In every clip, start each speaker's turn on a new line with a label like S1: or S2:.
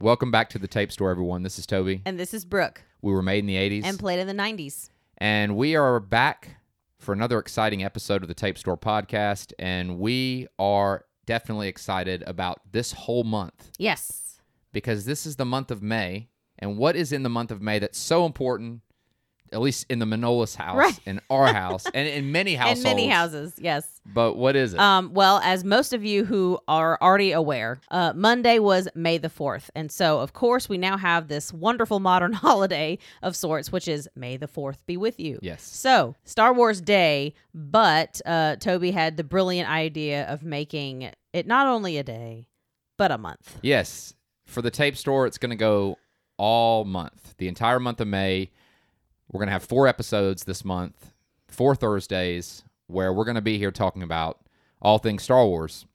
S1: Welcome back to the tape store, everyone. This is Toby.
S2: And this is Brooke
S1: We were made in the 80s.
S2: and played in the 90s.
S1: And we are back for another exciting episode of the Tape Store podcast. And we are definitely excited about this whole month
S2: Yes.
S1: because this is the month of May. And what is in the month of May that's so important, at least in the Manolis house,
S2: Right.
S1: in our house, and in many households.
S2: And many houses. Yes.
S1: But what is it?
S2: Um, well, as most of you who are already aware, uh, Monday was May the 4th. And so, of course, we now have this wonderful modern holiday of sorts, which is May the 4th be with you.
S1: yes.
S2: So, Star Wars Day, but uh, Toby had the brilliant idea of making it not only a day, but a month.
S1: Yes. For the tape store, it's going to go all month, the entire month of May. We're going to have four episodes this month, four Thursdays, where we're going to be here talking about all things Star Wars.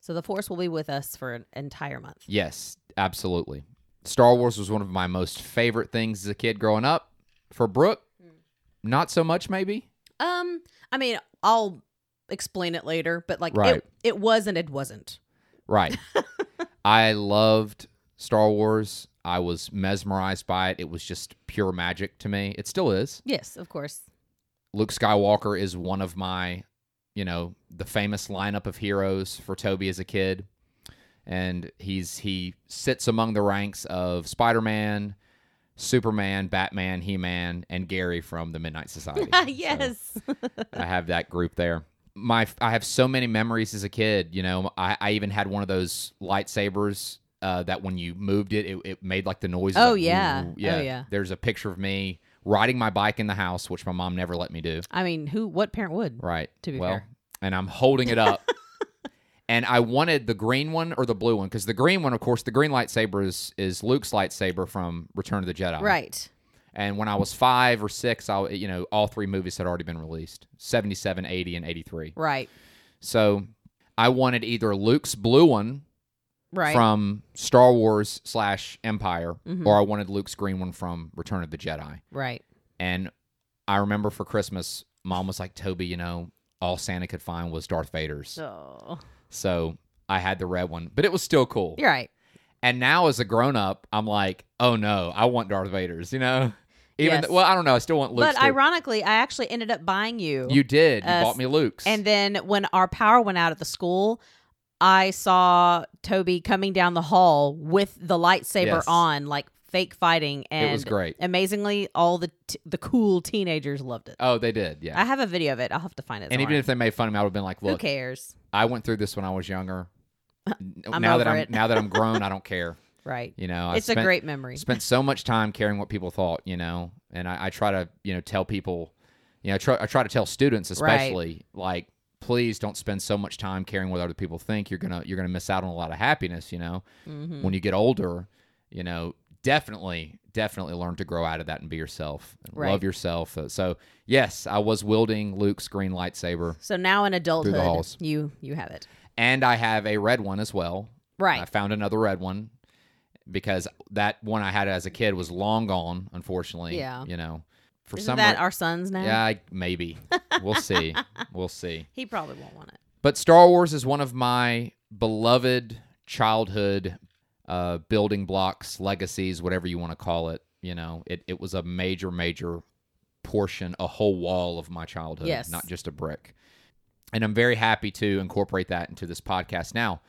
S2: So, the Force will be with us for an entire month.
S1: Yes, absolutely. Star Wars was one of my most favorite things as a kid growing up. For Brooke, not so much, maybe.
S2: Um, I mean, I'll explain it later, but like
S1: Right.
S2: it, it was and it wasn't.
S1: Right. I loved Star Wars. I was mesmerized by it. It was just pure magic to me. It still is.
S2: Yes, of course.
S1: Luke Skywalker is one of my, you know, the famous lineup of heroes for Toby as a kid. And he's he sits among the ranks of Spider-Man, Superman, Batman, He-Man, and Gary from the Midnight Society. So
S2: yes.
S1: I have that group there. My I have so many memories as a kid, you know. I, I even had one of those lightsabers uh, that when you moved it, it, it made like the noise.
S2: Oh,
S1: like,
S2: yeah.
S1: "Ooh,"
S2: Oh, yeah.
S1: There's a picture of me riding my bike in the house, which my mom never let me do.
S2: I mean, who? What parent would?
S1: Right.
S2: to be
S1: well,
S2: fair.
S1: And I'm holding it up. and I wanted the green one or the blue one because the green one, of course, the green lightsaber is is Luke's lightsaber from Return of the Jedi.
S2: Right.
S1: And when I was five or six, I you know all three movies had already been released: 77, 80, and 83.
S2: Right.
S1: So I wanted either Luke's blue one
S2: Right.
S1: from Star Wars slash Empire,
S2: Mhm.
S1: or I wanted Luke's green one from Return of the Jedi.
S2: right.
S1: And I remember for Christmas, mom was like, Toby, you know, all Santa could find was Darth Vader's.
S2: So
S1: So I had the red one, but it was still cool.
S2: you're right.
S1: And now as a grown up, I'm like, oh no, I want Darth Vader's, you know? Even
S2: Yes.
S1: th- well, I don't know. I still want Luke's.
S2: but
S1: too.
S2: ironically, I actually ended up buying you.
S1: you did. You
S2: Uh,
S1: bought me Luke's.
S2: and then when our power went out at the school, I saw Toby coming down the hall with the lightsaber
S1: Yes.
S2: on, like fake fighting, and
S1: it was great.
S2: Amazingly, all the t- the cool teenagers loved it.
S1: Oh, they did. Yeah.
S2: I have a video of it. I'll have to find it.
S1: and even
S2: somewhere.
S1: if they made fun of me, I would have been like,
S2: who
S1: look,
S2: cares,
S1: I went through this when I was younger. N-
S2: I'm
S1: now that
S2: over
S1: I'm
S2: it.
S1: now that I'm grown, I don't care.
S2: right?
S1: You know, I
S2: It's a
S1: spent-
S2: great memory.
S1: spent so much time caring what people thought, you know, and I, I try to, you know, tell people, you know, I try, I try to tell students
S2: Right.
S1: especially, like, please don't spend so much time caring what other people think. You're gonna you're gonna miss out on a lot of happiness, you know.
S2: Mhm.
S1: When you get older, you know, definitely definitely learn to grow out of that and be yourself, and
S2: Right.
S1: love yourself. Uh, So yes, I was wielding Luke's green lightsaber,
S2: So now in adulthood,
S1: halls.
S2: you you have it
S1: and I have a red one as well. I
S2: right.
S1: found another red one because that one I had as a kid was long gone, unfortunately.
S2: Yeah.
S1: You know, for
S2: Isn't
S1: some
S2: that
S1: re-
S2: our son's now?
S1: yeah, I- maybe we'll see, we'll see.
S2: He probably won't want it.
S1: But Star Wars is one of my beloved childhood uh, building blocks, legacies, whatever you want to call it. You know, it it was a major, major portion, a whole wall of my childhood,
S2: Yes.
S1: not just a brick. And I'm very happy to incorporate that into this podcast. Now,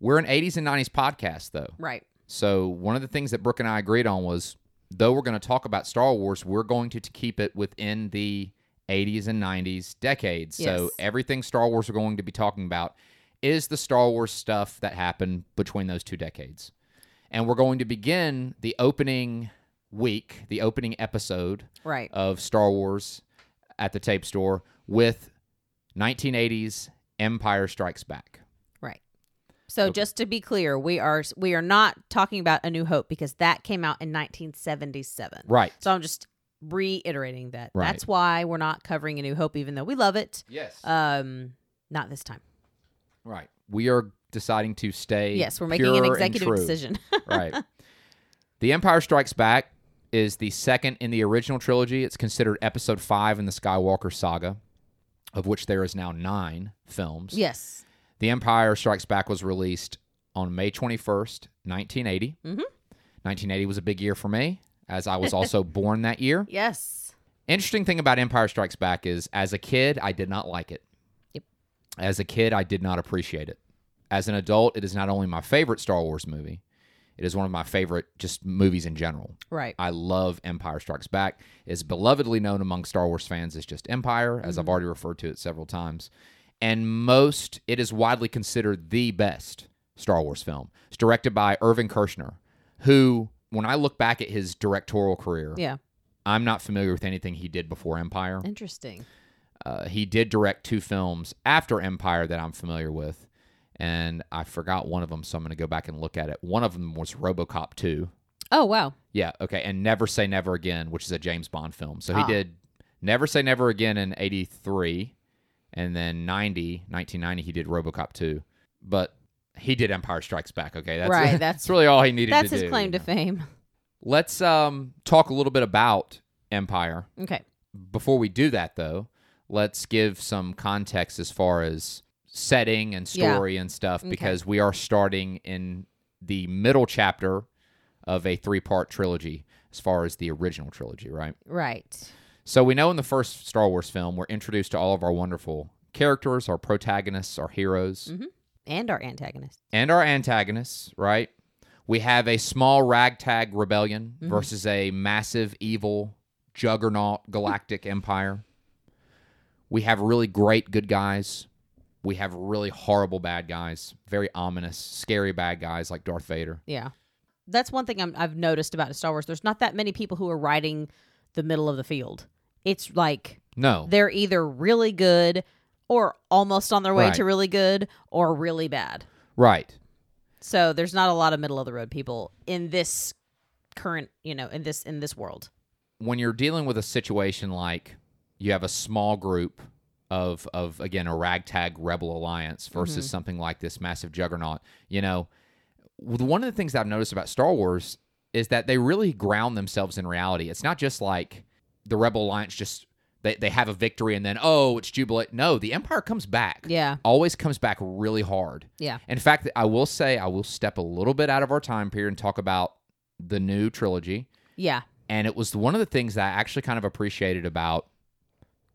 S1: we're an 80s and 90s podcast, though.
S2: Right.
S1: So one of the things that Brooke and I agreed on was, though we're going to talk about Star Wars, we're going to, to keep it within the 80s and 90s decades. So
S2: Yes.
S1: everything Star Wars we're going to be talking about is the Star Wars stuff that happened between those two decades. And we're going to begin the opening week, the opening episode
S2: Right.
S1: of Star Wars at the tape store with 1980s Empire Strikes Back.
S2: right. So just to be clear, we are we are not talking about A New Hope because that came out in 1977.
S1: Right.
S2: So I'm just reiterating that.
S1: Right.
S2: That's why we're not covering A New Hope, even though we love it.
S1: Yes.
S2: Um, not this time.
S1: Right. We are deciding to stay.
S2: Yes, we're making
S1: pure
S2: an
S1: and
S2: executive
S1: true.
S2: decision.
S1: right. The Empire Strikes Back is the second in the original trilogy. It's considered episode five in the Skywalker saga, of which there is now nine films.
S2: yes.
S1: The Empire Strikes Back was released on May 21st, 1980.
S2: Mhm.
S1: 1980 was a big year for me, as I was also born that year.
S2: Yes.
S1: Interesting thing about Empire Strikes Back is, as a kid, I did not like it.
S2: Yep.
S1: As a kid, I did not appreciate it. As an adult, it is not only my favorite Star Wars movie, it is one of my favorite just movies in general.
S2: Right.
S1: I love Empire Strikes Back. It's belovedly known among Star Wars fans as just Empire, as I've already referred to it several times. And most, it is widely considered the best Star Wars film. It's directed by Irvin Kershner, who, when I look back at his directorial career,
S2: Yeah.
S1: I'm not familiar with anything he did before Empire.
S2: Interesting.
S1: Uh, he did direct two films after Empire that I'm familiar with, and I forgot one of them, so I'm going to go back and look at it. One of them was RoboCop 2.
S2: Oh wow.
S1: Yeah, okay, and Never Say Never Again, which is a James Bond film. So he
S2: Ah.
S1: did Never Say Never Again in 83, and then 90, 1990, he did RoboCop 2. But he did Empire Strikes Back, okay? That's,
S2: Right,
S1: that's,
S2: that's-
S1: really all he needed
S2: That's
S1: to
S2: his
S1: do,
S2: claim
S1: you
S2: to
S1: know?
S2: fame.
S1: Let's um, talk a little bit about Empire
S2: Okay.
S1: before we do that though let's give some context as far as setting and
S2: Yeah.
S1: story and stuff
S2: Okay.
S1: because we are starting in the middle chapter of a three part trilogy as far as the original trilogy right
S2: Right.
S1: so we know in the first star wars film we're introduced to all of our wonderful characters our protagonists our heroes
S2: Mhm. And our antagonist.
S1: and our antagonists right we have a small ragtag rebellion
S2: Mhm.
S1: versus a massive evil juggernaut galactic empire. We have really great good guys. We have really horrible bad guys, very ominous, scary bad guys like Darth Vader.
S2: Yeah. That's one thing I'm, I've noticed about Star Wars. There's not that many people who are riding the middle of the field. It's like
S1: No,
S2: they're either really good or almost on their way
S1: Right.
S2: to really good or really bad.
S1: right.
S2: So there's not a lot of middle of the road people in this current, you know, in this in this world.
S1: When you're dealing with a situation like you have a small group of of again a ragtag rebel alliance versus
S2: Mm-hmm.
S1: something like this massive juggernaut, you know, w- one of the things that I've noticed about Star Wars is that they really ground themselves in reality. It's not just like the Rebel Alliance just they, they have a victory and then oh it's jubilant. No, the Empire comes back.
S2: Yeah.
S1: always comes back really hard.
S2: Yeah.
S1: In fact, I will say I will step a little bit out of our time period and talk about the new trilogy.
S2: Yeah.
S1: And it was one of the things that I actually kind of appreciated about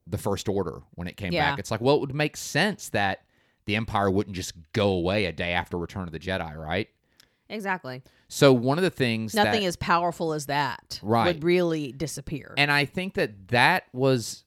S1: the First Order when it came
S2: Yeah.
S1: back. It's like, well, it would make sense that the Empire wouldn't just go away a day after Return of the Jedi, right?
S2: Exactly.
S1: So one of the things
S2: Nothing
S1: that,
S2: as powerful as that
S1: Right.
S2: would really disappear.
S1: And I think that that was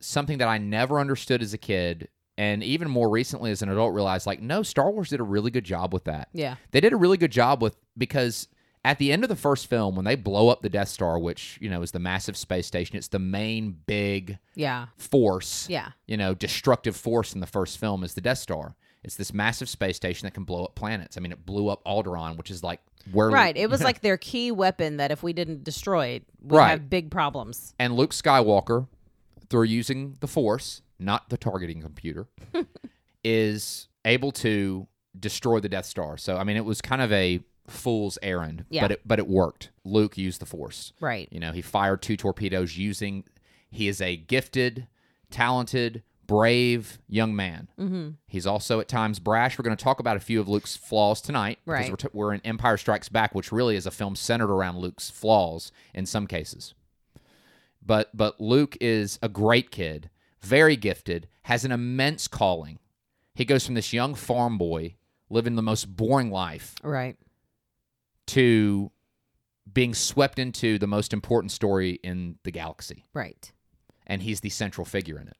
S1: something that I never understood as a kid. And even more recently as an adult, realized like, no, Star Wars did a really good job with that.
S2: yeah.
S1: they did a really good job with because at the end of the first film when they blow up the death star which you know is the massive space station it's the main big
S2: Yeah.
S1: force
S2: Yeah.
S1: you know destructive force in the first film is the death star it's this massive space station that can blow up planets i mean it blew up alderon which is like where
S2: Right. It was like their key weapon that if we didn't destroy it, we'd
S1: Right.
S2: have big problems.
S1: and luke skywalker through using the force not the targeting computer is able to destroy the death star so i mean it was kind of a fool's errand
S2: Yeah.
S1: but it but it worked luke used the force
S2: Right.
S1: You know, he fired two torpedoes using. He is a gifted, talented, brave young man.
S2: Mm-hmm.
S1: He's also at times brash. We're going to talk about a few of Luke's flaws tonight because
S2: Right.
S1: we're, t- we're in Empire Strikes Back, which really is a film centered around Luke's flaws in some cases. But but Luke is a great kid, very gifted, has an immense calling. He goes from this young farm boy living the most boring life
S2: Right.
S1: to being swept into the most important story in the galaxy.
S2: Right.
S1: And he's the central figure in it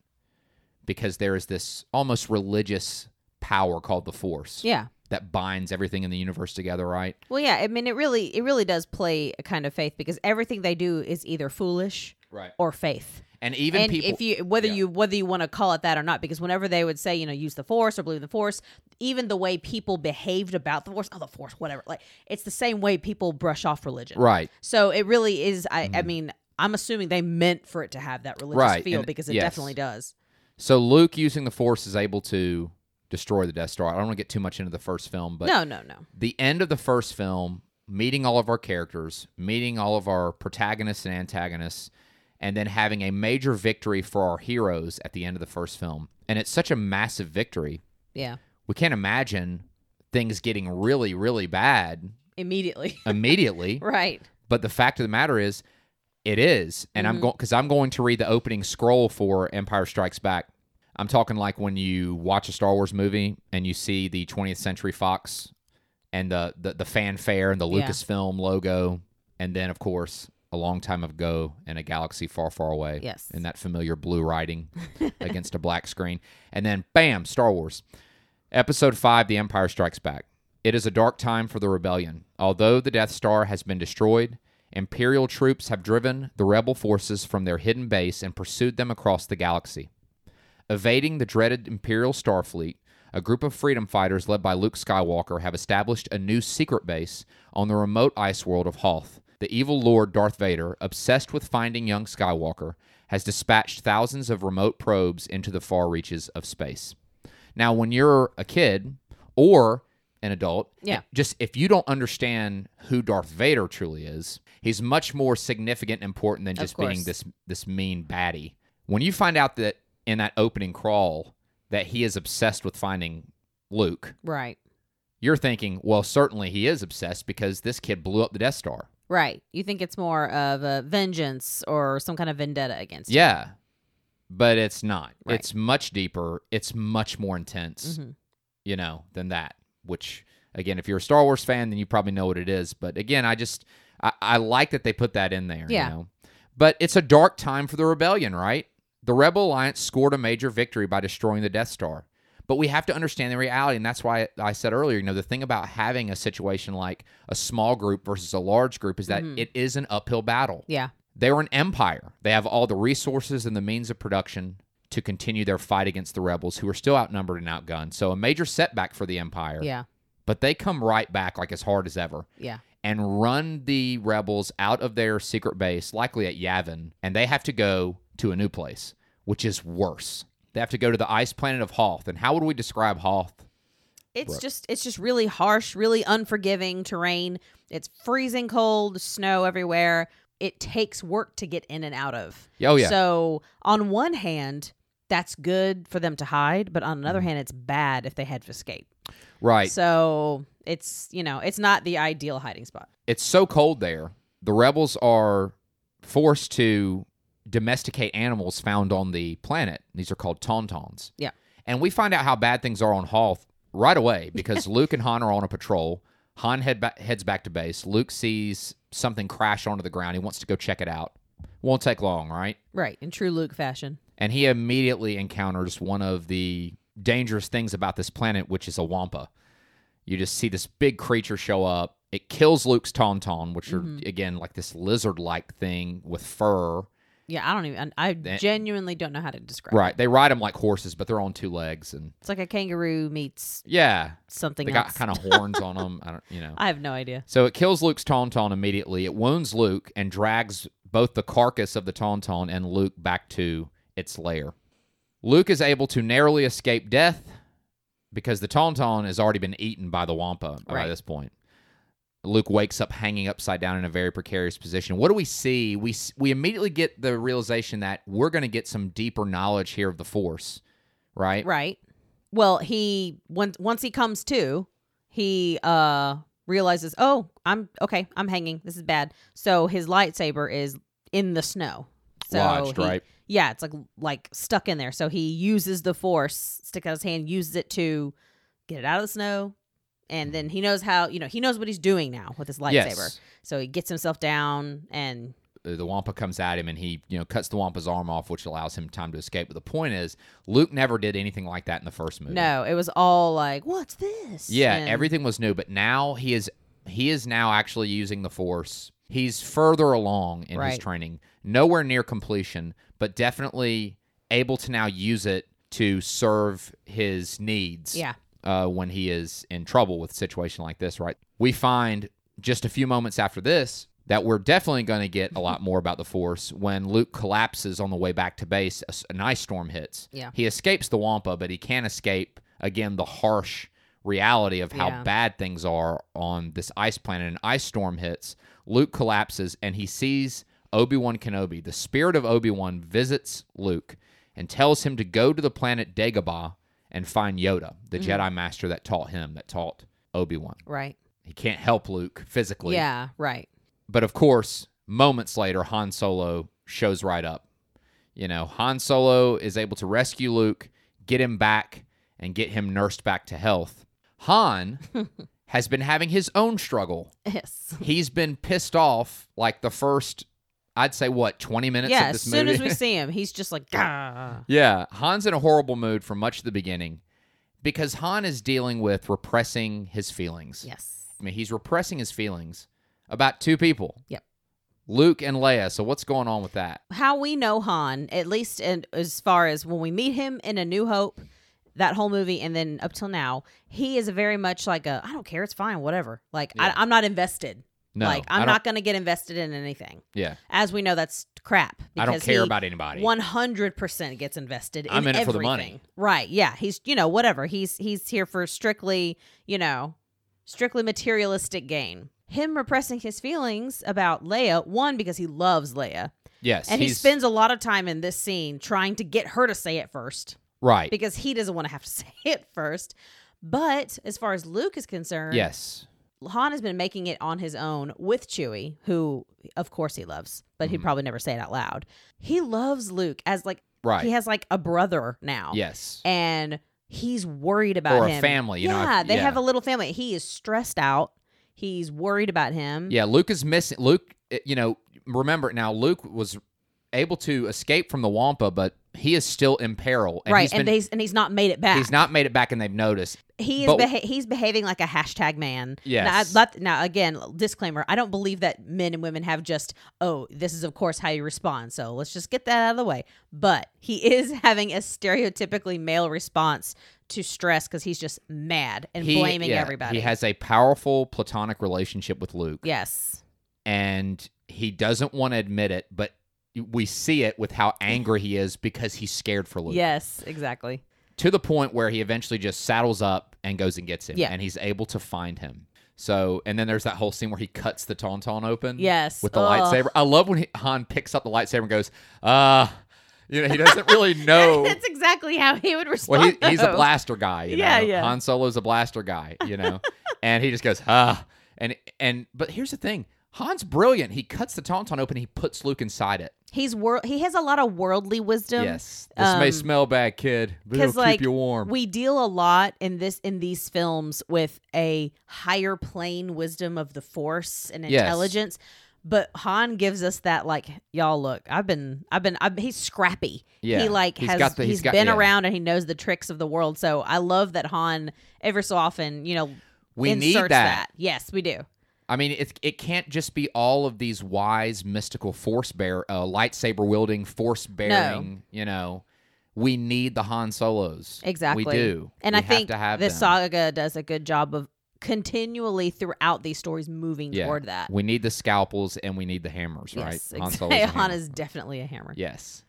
S1: because there is this almost religious power called the Force
S2: Yeah.
S1: that binds everything in the universe together, right?
S2: Well, yeah. I mean, it really, it really does play a kind of faith because everything they do is either foolish
S1: Right.
S2: or faith.
S1: And even
S2: and
S1: people.
S2: if you, whether
S1: yeah.
S2: you, whether you want to call it that or not, because whenever they would say, you know, use the force or believe in the force, even the way people behaved about the force, oh, the force, whatever, like it's the same way people brush off religion.
S1: right. Mm-hmm.
S2: So it really is. I, I mean, I'm assuming they meant for it to have that religious
S1: Right,
S2: feel
S1: and-
S2: because it
S1: yes.
S2: definitely does.
S1: So Luke using the Force is able to destroy the Death Star. I don't want to get too much into the first film, but
S2: no, no, no.
S1: the end of the first film, meeting all of our characters, meeting all of our protagonists and antagonists, and then having a major victory for our heroes at the end of the first film. And it's such a massive victory.
S2: Yeah.
S1: We can't imagine things getting really, really bad
S2: immediately.
S1: immediately.
S2: right.
S1: But the fact of the matter is, it is, and I'm going because I'm going to read the opening scroll for Empire Strikes Back. I'm talking like when you watch a Star Wars movie and you see the 20th Century Fox and the the, the fanfare and the
S2: Yeah.
S1: Lucasfilm logo, and then of course a long time ago in a galaxy far, far away.
S2: Yes.
S1: In that familiar blue writing against a black screen, and then bam, Star Wars. Episode 5 The Empire Strikes Back. It is a dark time for the rebellion. Although the Death Star has been destroyed, Imperial troops have driven the rebel forces from their hidden base and pursued them across the galaxy. Evading the dreaded Imperial Starfleet, a group of freedom fighters led by Luke Skywalker have established a new secret base on the remote ice world of Hoth. The evil Lord Darth Vader, obsessed with finding young Skywalker, has dispatched thousands of remote probes into the far reaches of space. Now, when you're a kid or an adult,
S2: Yeah.
S1: just if you don't understand who Darth Vader truly is, he's much more significant and important than
S2: Of
S1: just being
S2: course.
S1: this this mean baddie. When you find out that in that opening crawl that he is obsessed with finding Luke,
S2: Right.
S1: you're thinking, well, certainly he is obsessed because this kid blew up the Death Star.
S2: Right. You think it's more of a vengeance or some kind of vendetta against him.
S1: Yeah. But it's not.
S2: Right.
S1: It's much deeper. It's much more intense,
S2: Mhm.
S1: you know, than that. Which again, if you're a Star Wars fan, then you probably know what it is. But again, I just I, I like that they put that in there.
S2: Yeah.
S1: You know? But it's a dark time for the rebellion, right? The Rebel Alliance scored a major victory by destroying the Death Star. But we have to understand the reality, and that's why I said earlier, you know, the thing about having a situation like a small group versus a large group is that
S2: Mhm.
S1: it is an uphill battle.
S2: Yeah.
S1: They're an empire. They have all the resources and the means of production to continue their fight against the rebels who are still outnumbered and outgunned. So a major setback for the empire.
S2: Yeah.
S1: But they come right back like as hard as ever
S2: Yeah.
S1: and run the rebels out of their secret base, likely at Yavin, and they have to go to a new place, which is worse. They have to go to the ice planet of Hoth. And how would we describe Hoth?
S2: It's
S1: Right.
S2: just it's just really harsh, really unforgiving terrain. It's freezing cold, snow everywhere. It takes work to get in and out of.
S1: Oh yeah.
S2: So on one hand, that's good for them to hide, but on another hand, it's bad if they had to escape.
S1: Mm-hmm. right.
S2: So it's you know it's not the ideal hiding spot.
S1: it's so cold there. The rebels are forced to domesticate animals found on the planet. These are called tauntauns.
S2: Yeah.
S1: And we find out how bad things are on Hoth right away because Luke and Han are on a patrol. Han head ba- heads back to base. Luke sees something crash onto the ground. He wants to go check it out. Won't take long, right?
S2: Right in true Luke fashion.
S1: And he immediately encounters one of the dangerous things about this planet, which is a wampa. You just see this big creature show up. It kills Luke's tauntaun, which
S2: Mhm.
S1: are again like this lizard-like thing with fur.
S2: Yeah, I don't even. I
S1: That-
S2: genuinely don't know how to describe. it.
S1: Right. They ride them like horses, but they're on two legs, and
S2: It's like a kangaroo meets
S1: yeah,
S2: something
S1: they
S2: else.
S1: got kind of horns on them. I don't, you know.
S2: I have no idea.
S1: So it kills Luke's tauntaun immediately. It wounds Luke and drags both the carcass of the tauntaun and Luke back to its lair. Luke is able to narrowly escape death because the tauntaun has already been eaten by the wampa by
S2: Right.
S1: this point. Luke wakes up hanging upside down in a very precarious position. What do we see? We s- we immediately get the realization that we're going to get some deeper knowledge here of the Force, right?
S2: Right. Well, he once once he comes to, he uh realizes, "Oh, I'm okay. I'm hanging. This is bad." So his lightsaber is in the snow. So
S1: Lodged,
S2: he-
S1: right?
S2: Yeah, it's like like stuck in there. So he uses the force, stick out his hand, uses it to get it out of the snow. And then he knows how, you know, he knows what he's doing now with his lightsaber.
S1: Yes.
S2: So he gets himself down and
S1: the the Wampa comes at him and he, you know, cuts the Wampa's arm off, which allows him time to escape. But the point is, Luke never did anything like that in the first movie.
S2: no, it was all like, "What's this?"
S1: Yeah,
S2: And-
S1: everything was new, but now he is he is now actually using the force. He's further along in his
S2: Right.
S1: training, nowhere near completion, but definitely able to now use it to serve his needs
S2: Yeah.
S1: uh, when he is in trouble with a situation like this, right? We find just a few moments after this that we're definitely going to get a lot more about the Force when Luke collapses on the way back to base. a s- An ice storm hits.
S2: Yeah.
S1: He escapes the Wampa, but he can't escape, again, the harsh reality of how
S2: Yeah.
S1: bad things are on this ice planet. An ice storm hits. Luke collapses, and he sees Obi Wan Kenobi. The spirit of Obi Wan visits Luke and tells him to go to the planet
S2: Mm-hmm.
S1: Dagobah and find Yoda, the Jedi Master that taught him, that taught Obi Wan.
S2: Right.
S1: He can't help Luke physically.
S2: Yeah, right.
S1: But of course, moments later, Han Solo shows right up. You know, Han Solo is able to rescue Luke, get him back, and get him nursed back to health. Han has been having his own struggle.
S2: Yes.
S1: He's been pissed off like the first, I'd say, what, 20 minutes
S2: Yeah,
S1: of
S2: as
S1: this
S2: soon
S1: movie?
S2: as we see him, he's just like, "Gah."
S1: Yeah, Han's in a horrible mood from much of the beginning because Han is dealing with repressing his feelings.
S2: yes.
S1: I mean, he's repressing his feelings about two people.
S2: Yep.
S1: Luke and Leia. So what's going on with that?
S2: How we know Han, at least in, as far as when we meet him in A New Hope, that whole movie, and then up till now, he is very much like a, I don't care, it's fine, whatever. Like,
S1: Yeah.
S2: I, I'm not invested.
S1: No,
S2: like,
S1: I
S2: I'm
S1: don't-
S2: not going to get invested in anything.
S1: Yeah,
S2: As we know, that's crap.
S1: I don't
S2: because
S1: care
S2: he-
S1: about anybody.
S2: One hundred percent gets invested.
S1: I'm in it for the
S2: everything.
S1: money.
S2: right? Yeah, he's you know whatever he's he's here for strictly you know strictly materialistic gain. Him repressing his feelings about Leia, one because he loves Leia,
S1: yes,
S2: and he
S1: he's-
S2: spends a lot of time in this scene trying to get her to say it first
S1: right.
S2: because he doesn't want to have to say it first. But as far as Luke is concerned,
S1: Yes,
S2: Han has been making it on his own with Chewie, who of course he loves, but he'd
S1: Mhm.
S2: probably never say it out loud. He loves Luke as like
S1: right.
S2: he has like a brother now.
S1: yes,
S2: And he's worried about
S1: Or a
S2: him.
S1: family, you know,
S2: yeah,
S1: I've-
S2: they
S1: yeah.
S2: have a little family. He is stressed out. He's worried about him.
S1: yeah. Luke is missing. Luke, eh, you know, remember now. Luke was able to escape from the Wampa, but he is still in peril. And
S2: right.
S1: he's
S2: and
S1: been-
S2: he's and he's not made it back.
S1: he's not made it back, and they've noticed.
S2: he is
S1: but-
S2: beha- he's behaving like a hashtag man.
S1: Yes.
S2: Now, I- not- now, again, disclaimer: I don't believe that men and women have just oh, this is of course how you respond. So let's just get that out of the way. But he is having a stereotypically male response to stress because he's just mad and
S1: He-
S2: blaming
S1: yeah,
S2: everybody.
S1: He has a powerful platonic relationship with Luke.
S2: yes,
S1: and he doesn't want to admit it, but we see it with how angry he is because he's scared for Luke.
S2: yes, exactly.
S1: To the point where he eventually just saddles up and goes and gets him.
S2: Yeah.
S1: And he's able to find him. So, and then there's that whole scene where he cuts the Tauntaun open.
S2: Yes, Oh.
S1: With the
S2: Ugh.
S1: lightsaber. I love when he, Han picks up the lightsaber and goes, uh, you know, he doesn't really know.
S2: That's exactly how he would respond.
S1: Oh. well, he, he's a
S2: though.
S1: blaster guy. You
S2: Yeah,
S1: know?
S2: yeah.
S1: Han Solo's a blaster guy, you know? and he just goes, ah. And, and, but here's the thing Han's brilliant. He cuts the Tauntaun open and he puts Luke inside it.
S2: He's wor- he has a lot of worldly wisdom.
S1: Yes, this may
S2: um,
S1: smell bad, kid, but it'll
S2: because like
S1: keep you warm.
S2: we deal a lot in this in these films with a higher plane wisdom of the force and
S1: Yes.
S2: intelligence but han gives us that like y'all look i've been i've been I've, he's scrappy
S1: Yeah.
S2: he like
S1: He's
S2: has
S1: got the-
S2: he's
S1: he's got-
S2: been
S1: yeah.
S2: around and he knows the tricks of the world so i love that han ever so often you know
S1: We need
S2: inserts
S1: that.
S2: yes we do
S1: I mean, it it can't just be all of these wise, mystical force bear, uh, lightsaber wielding, force bearing. You know, we need the Han Solos.
S2: Exactly.
S1: we do,
S2: And
S1: We
S2: I think
S1: have to have
S2: this
S1: them.
S2: saga does a good job of continually throughout these stories moving
S1: Yeah.
S2: toward that.
S1: We need the scalpels and we need the hammers, right?
S2: Yes,
S1: Han
S2: exactly.
S1: Solo's a
S2: Han,
S1: hammer.
S2: is definitely a hammer.
S1: Yes.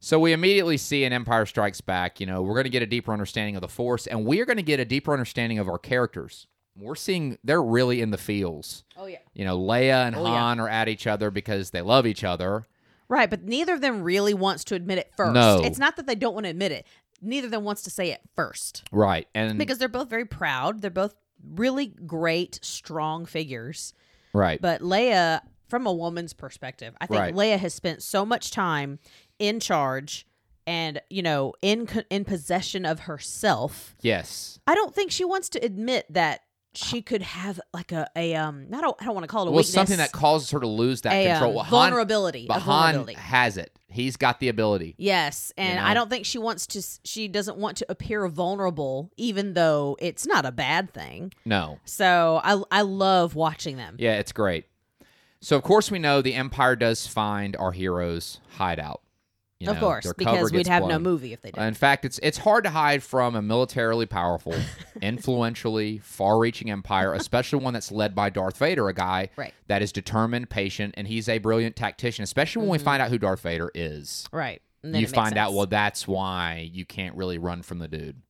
S1: So we immediately see in Empire Strikes Back, you know, we're going to get a deeper understanding of the Force, and we are going to get a deeper understanding of our characters. We're seeing they're really in the feels.
S2: Oh yeah.
S1: you know, Leia and
S2: Oh, yeah.
S1: Han are at each other because they love each other.
S2: Right, but neither of them really wants to admit it first.
S1: No.
S2: It's not that they don't want to admit it. Neither of them wants to say it first.
S1: Right. And
S2: Because they're both very proud. They're both really great, strong figures.
S1: right.
S2: But Leia, from a woman's perspective, I think
S1: Right.
S2: Leia has spent so much time in charge and, you know, in co- in possession of herself
S1: yes.
S2: I don't think she wants to admit that she could have like a a um. I don't I don't want to call it a
S1: Well,
S2: weakness.
S1: something that causes her to lose that
S2: a um,
S1: control. Well, Han,
S2: vulnerability.
S1: but
S2: a
S1: Han
S2: vulnerability.
S1: has it. He's got the ability.
S2: Yes, and
S1: know?
S2: I don't think she wants to. s- She doesn't want to appear vulnerable, even though it's not a bad thing.
S1: No.
S2: So I I love watching them.
S1: Yeah, it's great. So of course we know the Empire does find our heroes hideout. You
S2: of
S1: know,
S2: course,
S1: their cover
S2: because we'd
S1: gets
S2: have no
S1: blown.
S2: movie if they didn't.
S1: In fact, it's it's hard to hide from a militarily powerful, influentially, far-reaching empire, especially one that's led by Darth Vader, a guy
S2: Right.
S1: that is determined, patient, and he's a brilliant tactician. Especially
S2: Mm-hmm.
S1: when we find out who Darth Vader is,
S2: right. And then
S1: you
S2: it makes
S1: find out
S2: sense.
S1: well that's why you can't really run from the dude.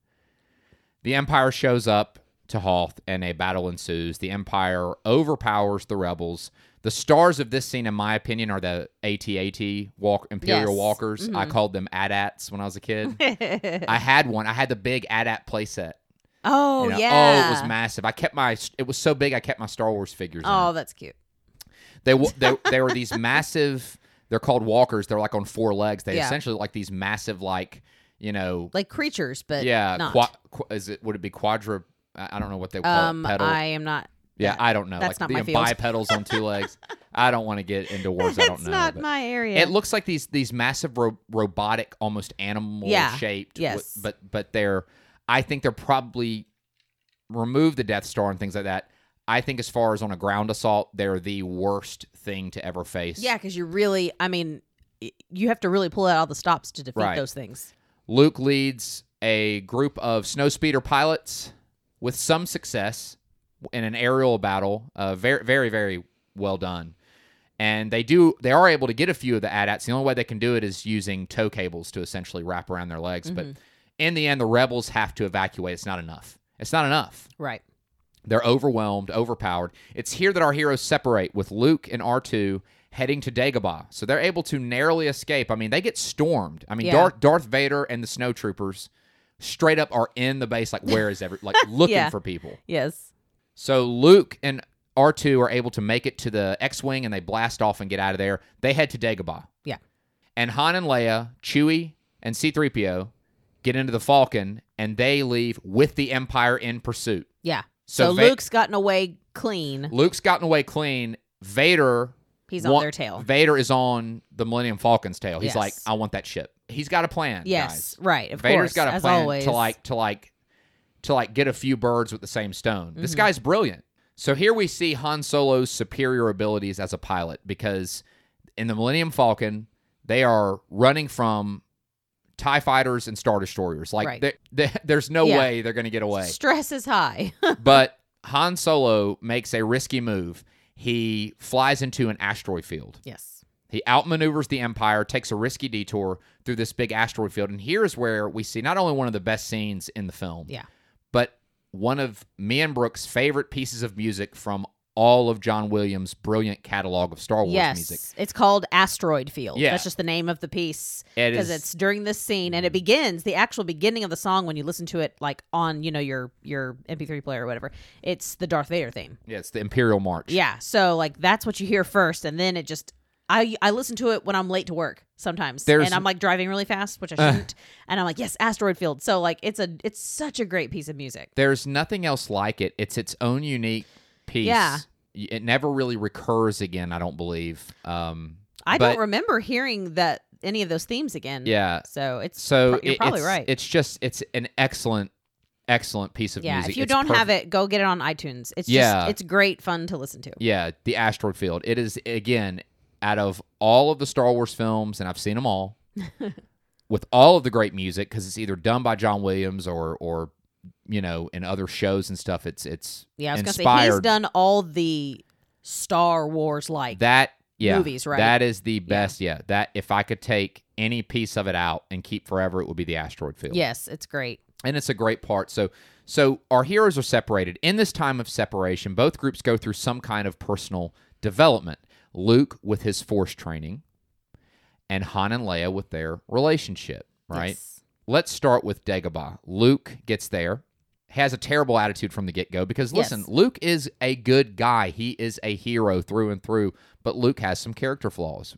S1: The Empire shows up to Hoth, and a battle ensues. The Empire overpowers the rebels. The stars of this scene, in my opinion, are the AT-AT walk Imperial
S2: Yes. Mm-hmm.
S1: walkers. I called them AT-ATs when I was a kid. I had one. I had the big AT-AT playset.
S2: Oh
S1: you know,
S2: yeah.
S1: Oh, it was massive. I kept my. It was so big. I kept my Star Wars figures. in it.
S2: Oh, that's cute.
S1: They wa- they they were these massive. They're called walkers. They're like on four legs. They
S2: Yeah.
S1: essentially look like these massive, like you know,
S2: Like creatures, but
S1: yeah.
S2: not.
S1: Qua, qua, is it would it be quadra? I I don't know what they would call
S2: um,
S1: it. Pedal.
S2: I am not.
S1: yeah, I don't know.
S2: that's
S1: like
S2: not my
S1: being
S2: field.
S1: bipedals on two legs. I don't want to get into words. I don't
S2: That's
S1: know.
S2: not
S1: but-
S2: my area.
S1: It looks like these these massive ro- robotic, almost animal
S2: Yeah.
S1: shaped. wi-
S2: Yes.
S1: but but they're, I think they're probably remove the Death Star and things like that. I think as far as on a ground assault, they're the worst thing to ever face.
S2: yeah, because you really. I mean, y- you have to really pull out all the stops to defeat
S1: Right.
S2: those things.
S1: Luke leads a group of snowspeeder pilots with some success in an aerial battle. Uh, very, very, very well done. And they do they are able to get a few of the AT-ATs. The only way they can do it is using tow cables to essentially wrap around their legs. But in the end, the rebels have to evacuate. It's not enough. It's not enough.
S2: Right.
S1: They're overwhelmed, overpowered. It's here that our heroes separate with Luke and R2 heading to Dagobah. So they're able to narrowly escape. I mean, they get stormed. I mean,
S2: Yeah.
S1: Darth Darth Vader and the snow troopers straight up are in the base like where is every like looking
S2: Yeah.
S1: for people.
S2: Yes.
S1: So Luke and R2 are able to make it to the X-wing and they blast off and get out of there. They head to Dagobah.
S2: Yeah.
S1: And Han and Leia, Chewie and C3PO get into the Falcon and they leave with the Empire in pursuit.
S2: Yeah.
S1: So
S2: So,
S1: Va-
S2: Luke's gotten away clean.
S1: Luke's gotten away clean. Vader,
S2: He's on
S1: want-
S2: their tail.
S1: Vader is on the Millennium Falcon's tail. He's
S2: Yes.
S1: like, I want that ship. He's got a plan.
S2: Yes.
S1: guys.
S2: Right. Of
S1: Vader's
S2: course.
S1: got a
S2: as
S1: plan
S2: always.
S1: to like to like to like get a few birds with the same stone. This
S2: Mm-hmm.
S1: guy's brilliant. So here we see Han Solo's superior abilities as a pilot because in the Millennium Falcon, they are running from TIE fighters and Star Destroyers. Like,
S2: Right.
S1: they- they- there's no
S2: Yeah.
S1: way they're going to get away
S2: Stress is high.
S1: but Han Solo makes a risky move. He flies into an asteroid field.
S2: yes.
S1: He outmaneuvers the Empire, takes a risky detour through this big asteroid field. And here's where we see not only one of the best scenes in the film,
S2: Yeah.
S1: but one of me and Brooks' favorite pieces of music from all of John Williams' brilliant catalog of Star Wars
S2: Yes.
S1: music.
S2: It's called Asteroid Field.
S1: Yeah.
S2: That's just the name of the piece.
S1: It is-
S2: because
S1: Mm-hmm.
S2: it's during this scene and it begins the actual beginning of the song when you listen to it like on you know your your mp3 player or whatever it's the darth vader theme
S1: yeah, it's the Imperial March.
S2: yeah so like that's what you hear first and then it just i i listen to it when i'm late to work sometimes
S1: There's- Uh.
S2: and i'm like driving really fast which i shouldn't and i'm like yes asteroid field so like it's a it's such a great piece of music
S1: There's nothing else like it. It's its own unique piece.
S2: Yeah.
S1: Y- It never really recurs again, I don't believe. Um,
S2: i
S1: but-
S2: don't remember hearing that any of those themes again
S1: Yeah.
S2: so it's
S1: So
S2: pro- you're
S1: it-
S2: probably
S1: it's,
S2: right
S1: It's just it's an excellent, excellent piece of
S2: yeah
S1: music.
S2: if you
S1: It's
S2: don't have
S1: perfect.
S2: it go get it on itunes it's
S1: Yeah.
S2: just it's great fun to listen to
S1: yeah, the asteroid field. It is again out of all of the Star Wars films, and I've seen them all, with all of the great music because it's either done by John Williams or or you know in other shows and stuff. It's it's
S2: Yeah, I was gonna say he's
S1: inspired.
S2: done all the Star Wars like.
S1: that yeah
S2: movies, right?
S1: That is the best. Yeah. that if I could take any piece of it out and keep forever, it would be the asteroid field.
S2: Yes, it's great.
S1: and it's a great part. So so our heroes are separated. In this time of separation, both groups go through some kind of personal development. Luke with his force training and Han and Leia with their relationship, right?
S2: Yes.
S1: Let's start with Dagobah. Luke gets there, has a terrible attitude from the get go because listen,
S2: Yes.
S1: Luke is a good guy. He is a hero through and through, but Luke has some character flaws.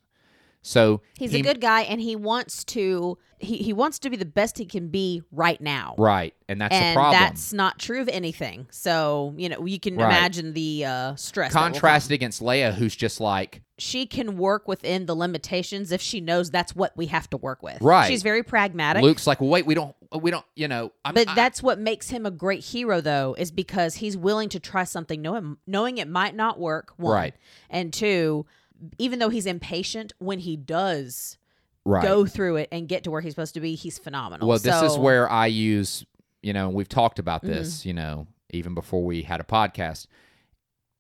S1: So
S2: He's
S1: he-
S2: a good guy and he wants to he, he wants to be the best he can be right now.
S1: right, and that's the
S2: and
S1: problem.
S2: that's not true of anything. So, you know, you can
S1: Right.
S2: imagine the uh stress. that will come.
S1: Contrasted against Leia, who's just like,
S2: She can work within the limitations if she knows that's what we have to work with.
S1: Right.
S2: She's very pragmatic.
S1: Luke's like, wait, we don't, we don't, you know, I'm,
S2: But
S1: I-
S2: that's what makes him a great hero, though, is because he's willing to try something, knowing, knowing it might not work. One.
S1: Right.
S2: And two, even though he's impatient, when he does
S1: right.
S2: go through it and get to where he's supposed to be, he's phenomenal.
S1: well, this is
S2: So- Mm-hmm.
S1: where I use, you know, and we've talked about this, you know, even before we had a podcast.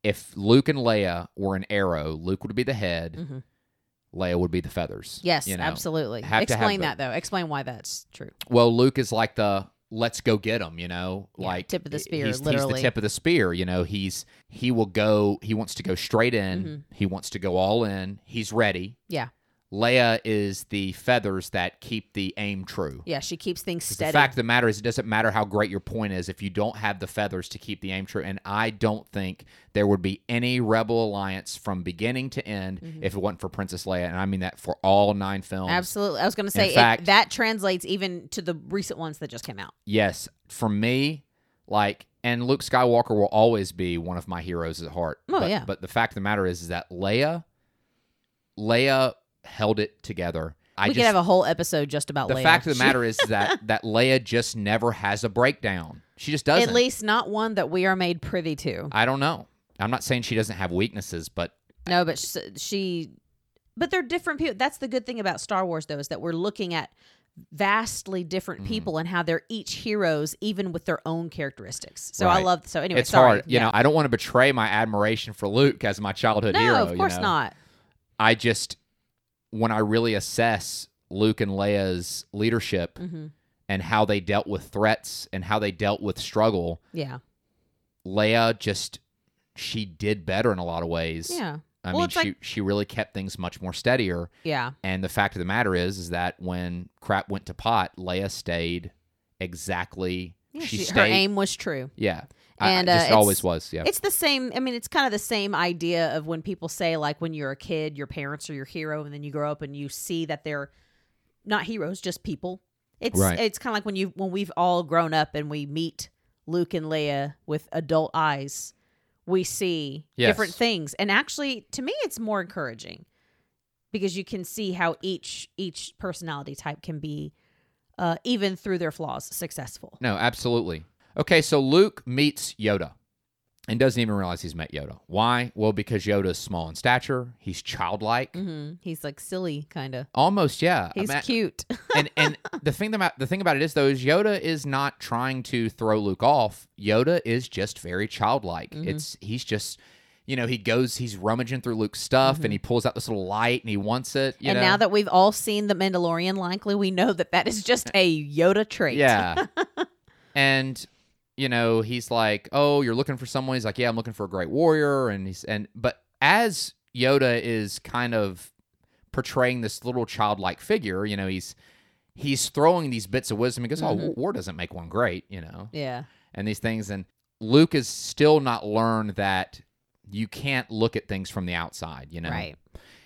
S1: If Luke and Leia were an arrow, Luke would be the head,
S2: Mhm.
S1: Leia would be the feathers.
S2: Yes,
S1: Mm-hmm. you know.
S2: absolutely.
S1: have to have
S2: Explain
S1: the-
S2: that, though. Explain why that's true.
S1: Well, Luke is like the let's go get him, you know,
S2: Yeah,
S1: like
S2: tip of the
S1: he-
S2: spear,
S1: He's, he's
S2: literally.
S1: the tip of the spear, you know. He's he will go. He wants to go straight in. He wants to go all in. He's ready.
S2: Mm-hmm. Yeah.
S1: Leia is the feathers that keep the aim true.
S2: Yeah, she keeps things
S1: 'Cause
S2: steady.
S1: The fact of the matter is, it doesn't matter how great your point is if you don't have the feathers to keep the aim true. And I don't think there would be any Rebel Alliance from beginning to end if it wasn't for Princess Leia. And I mean that for all nine films.
S2: Mm-hmm. Absolutely. I was going to say it,
S1: fact-
S2: that translates even to the recent ones that just came out.
S1: Yes, for me, like, and Luke Skywalker will always be one of my heroes at heart.
S2: Oh,
S1: but,
S2: yeah.
S1: But the fact of the matter is, is that Leia, Leia held it together. I
S2: we
S1: just
S2: could have a whole episode just about
S1: the
S2: Leia.
S1: fact of
S2: She-
S1: the matter is that that Leia just never has a breakdown. She just doesn't.
S2: At least not one that we are made privy to.
S1: I don't know. I'm not saying she doesn't have weaknesses, but
S2: No, but she, she but they're different people. That's the good thing about Star Wars though is that we're looking at vastly different
S1: Mhm.
S2: people and how they're each heroes even with their own characteristics. So I
S1: Right.
S2: love so anyway,
S1: it's
S2: sorry.
S1: hard. You know, I don't want to betray my admiration for Luke as my childhood
S2: No,
S1: hero.
S2: of
S1: you
S2: course
S1: know?
S2: not.
S1: I just when I really assess Luke and Leia's leadership
S2: hmm
S1: and how they dealt with threats and how they dealt with struggle,
S2: Yeah.
S1: Leia just she did better in a lot of ways.
S2: Yeah.
S1: I
S2: Well,
S1: mean,
S2: it's
S1: she
S2: like-
S1: she really kept things much more steadier.
S2: Yeah.
S1: And the fact of the matter is, is that when crap went to pot, Leia stayed exactly.
S2: yeah
S1: she,
S2: she-
S1: stayed.
S2: her aim was true.
S1: yeah, I- I
S2: And, uh,
S1: just always
S2: it's-
S1: was. Yeah,
S2: It's the same. I mean, it's kind of the same idea of when people say, like, when you're a kid, your parents are your hero, and then you grow up and you see that they're not heroes, just people. It's
S1: Right.
S2: it's kind of like when you when we've all grown up and we meet Luke and Leia with adult eyes, we see
S1: Yes.
S2: different things, and actually, to me, it's more encouraging because you can see how each each personality type can be, uh, even through their flaws, successful.
S1: no, absolutely. Okay, so Luke meets Yoda, and doesn't even realize he's met Yoda. Why? Well, because Yoda is small in stature. He's childlike.
S2: hmm He's like silly, kind of.
S1: Almost, yeah.
S2: He's
S1: Ima-
S2: cute.
S1: and and the thing about the thing about it is though is Yoda is not trying to throw Luke off. Yoda is just very childlike.
S2: Mhm.
S1: It's he's just you know he goes he's rummaging through Luke's stuff and he pulls out this little light and he wants it. You
S2: Mm-hmm. and
S1: know?
S2: now that we've all seen The Mandalorian, likely we know that that is just a Yoda trait.
S1: yeah, and you know he's like, oh, you're looking for someone. He's like, yeah, I'm looking for a great warrior. And he's and but as Yoda is kind of portraying this little childlike figure, you know he's. He's throwing these bits of wisdom. He goes, "Oh,
S2: Mhm.
S1: war doesn't make one great," you know.
S2: Yeah.
S1: and these things. And Luke has still not learned that you can't look at things from the outside, you know?
S2: Right.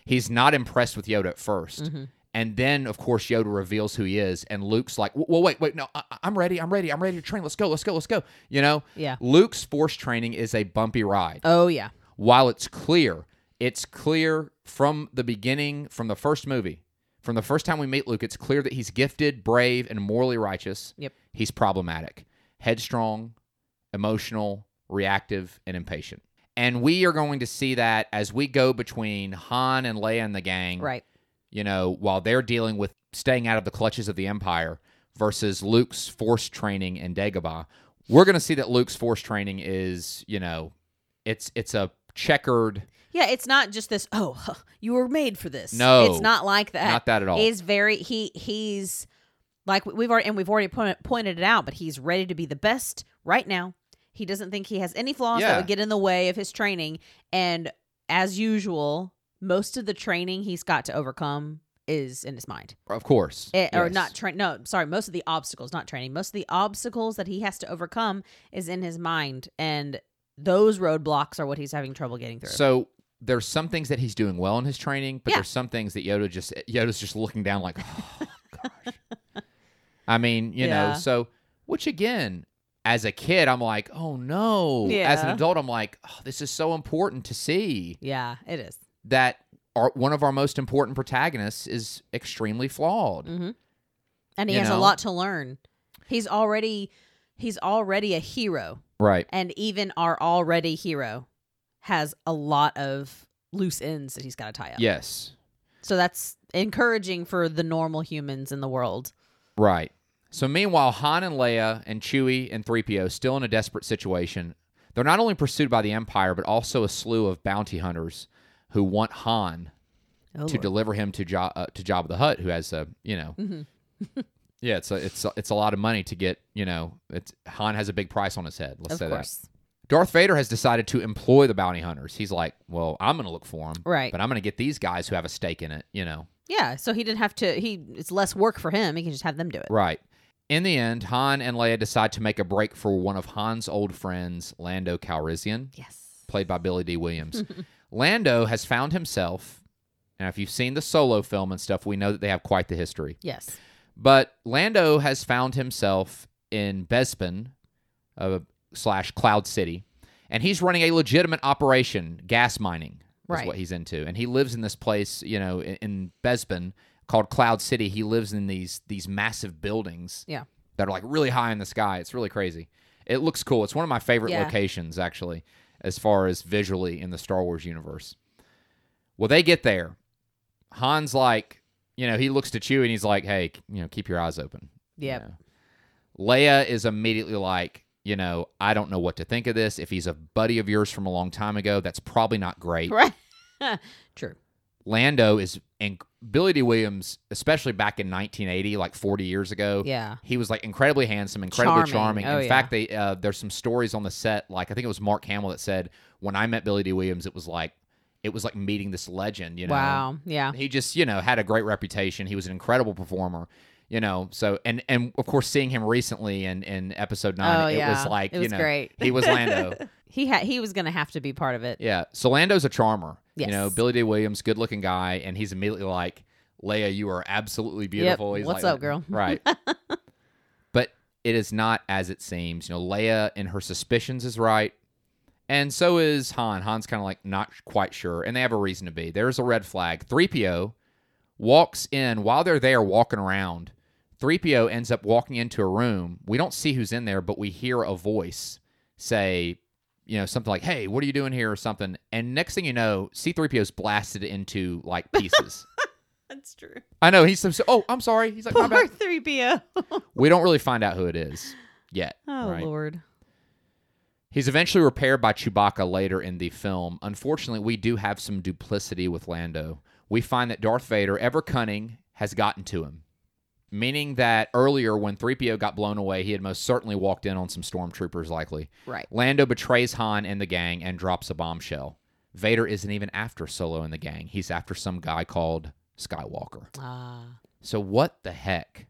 S1: He's not impressed with Yoda at 1st
S2: Mhm.
S1: And then, of course, Yoda reveals who he is. And Luke's like, well, wait, wait, no, I- I- I'm ready. I'm ready. I'm ready to train. Let's go. Let's go. Let's go. You know?
S2: Yeah.
S1: Luke's force training is a bumpy ride
S2: Oh yeah.
S1: while it's clear, it's clear from the beginning, from the first movie, from the first time we meet Luke, it's clear that he's gifted, brave, and morally righteous.
S2: Yep.
S1: He's problematic, headstrong, emotional, reactive, and impatient. And we are going to see that as we go between Han and Leia and the gang,
S2: Right.
S1: you know, while they're dealing with staying out of the clutches of the Empire versus Luke's force training in Dagobah. We're going to see that Luke's force training is, you know, it's it's a checkered
S2: Yeah. It's not just this. Oh, huh, you were made for this.
S1: No.
S2: It's not like that.
S1: Not that at all.
S2: He's very he he's like we've already and we've already point, pointed it out, but he's ready to be the best right now. He doesn't think he has any flaws that
S1: Yeah.
S2: would get in the way of his training, and as usual, most of the training he's got to overcome is in his mind.
S1: of course.
S2: it, Eh, or
S1: Yes.
S2: not train no sorry most of the obstacles not training most of the obstacles that he has to overcome is in his mind and those roadblocks are what he's having trouble getting through
S1: So there's some things that he's doing well in his training, but
S2: Yeah.
S1: there's some things that Yoda just Yoda's just looking down like, oh, gosh. I mean, you
S2: Yeah.
S1: know, so which again, as a kid, I'm like, oh no. As an
S2: Yeah.
S1: adult, I'm like, oh, this is so important to see
S2: yeah it is
S1: that our, one of our most important protagonists is extremely flawed.
S2: hmm and he
S1: You
S2: has a
S1: know?
S2: lot to learn he's already he's already a hero
S1: Right.
S2: and even our already hero has a lot of loose ends that he's got to tie up
S1: Yes.
S2: so that's encouraging for the normal humans in the world
S1: Right. So meanwhile, Han and Leia and Chewie and 3PO still in a desperate situation. They're not only pursued by the Empire, but also a slew of bounty hunters who want Han
S2: oh,
S1: to deliver him to jo- uh, to Jabba the Hutt, who has a you know,
S2: Mhm.
S1: yeah, it's a, it's a, it's a lot of money to get. You know, it's Han has a big price on his head. Let's
S2: of
S1: say
S2: course
S1: that. Darth Vader has decided to employ the bounty hunters. He's like, well, I'm going to look for him,
S2: right
S1: but I'm going to get these guys who have a stake in it. You know,
S2: Yeah, so he didn't have to. He it's less work for him. He can just have them do it.
S1: Right. In the end, Han and Leia decide to make a break for one of Han's old friends, Lando Calrissian,
S2: Yes.
S1: played by Billy D. Williams. Lando has found himself. Now, if you've seen the solo film and stuff, we know that they have quite the history.
S2: Yes.
S1: But Lando has found himself in Bespin uh, slash Cloud City, and he's running a legitimate operation, gas mining. Is
S2: Right.
S1: what he's into, and he lives in this place, you know, in, in Bespin called Cloud City. He lives in these these massive buildings,
S2: Yeah.
S1: that are like really high in the sky. It's really crazy. It looks cool. It's one of my favorite
S2: Yeah.
S1: locations, actually, as far as visually in the Star Wars universe. Well, they get there. Han's like, you know, he looks to Chewie and he's like, "Hey, k- you know, keep your eyes open." you
S2: Yep.
S1: know. Leia is immediately like, you know, I don't know what to think of this. If he's a buddy of yours from a long time ago, that's probably not great.
S2: Right. True.
S1: Lando is and Billy D. Williams, especially back in 1980, like 40 years ago.
S2: Yeah.
S1: He was like incredibly handsome, incredibly charming.
S2: Charming. Oh,
S1: in
S2: yeah.
S1: fact, they uh, there's some stories on the set. Like I think it was Mark Hamill that said, "When I met Billy D. Williams, it was like it was like meeting this legend." You know,
S2: Wow. Yeah.
S1: he just you know had a great reputation. He was an incredible performer. You know, so and and of course seeing him recently in in episode nine,
S2: Oh,
S1: it
S2: yeah.
S1: was like
S2: It was
S1: you know
S2: great.
S1: he was Lando.
S2: He had. He was gonna have to be part of it.
S1: Yeah. So Lando's a charmer.
S2: Yes.
S1: You know, Billy D. Williams, good looking guy, and he's immediately like, Leia, you are absolutely beautiful. He's
S2: What's
S1: like-
S2: up, girl?
S1: Right. but it is not as it seems. You know, Leia in her suspicions is right. And so is Han. Han's kind of like not quite sure, and they have a reason to be. There's a red flag. 3PO walks in while they're there walking around. 3PO ends up walking into a room. We don't see who's in there, but we hear a voice say, you know, something like, hey, what are you doing here or something. And next thing you know, C3PO's blasted into like pieces.
S2: That's true.
S1: I know. He's so, so- oh, I'm sorry. He's like, my
S2: Poor
S1: bad.
S2: three PO. Oh
S1: We don't really find out who it is yet. right?
S2: Lord.
S1: He's eventually repaired by Chewbacca later in the film. Unfortunately, we do have some duplicity with Lando. We find that Darth Vader, ever cunning, has gotten to him. Meaning that earlier, when 3PO got blown away, he had most certainly walked in on some stormtroopers, likely.
S2: Right.
S1: Lando betrays Han and the gang and drops a bombshell. Vader isn't even after Solo and the gang, he's after some guy called Skywalker.
S2: Ah.
S1: So, what the heck?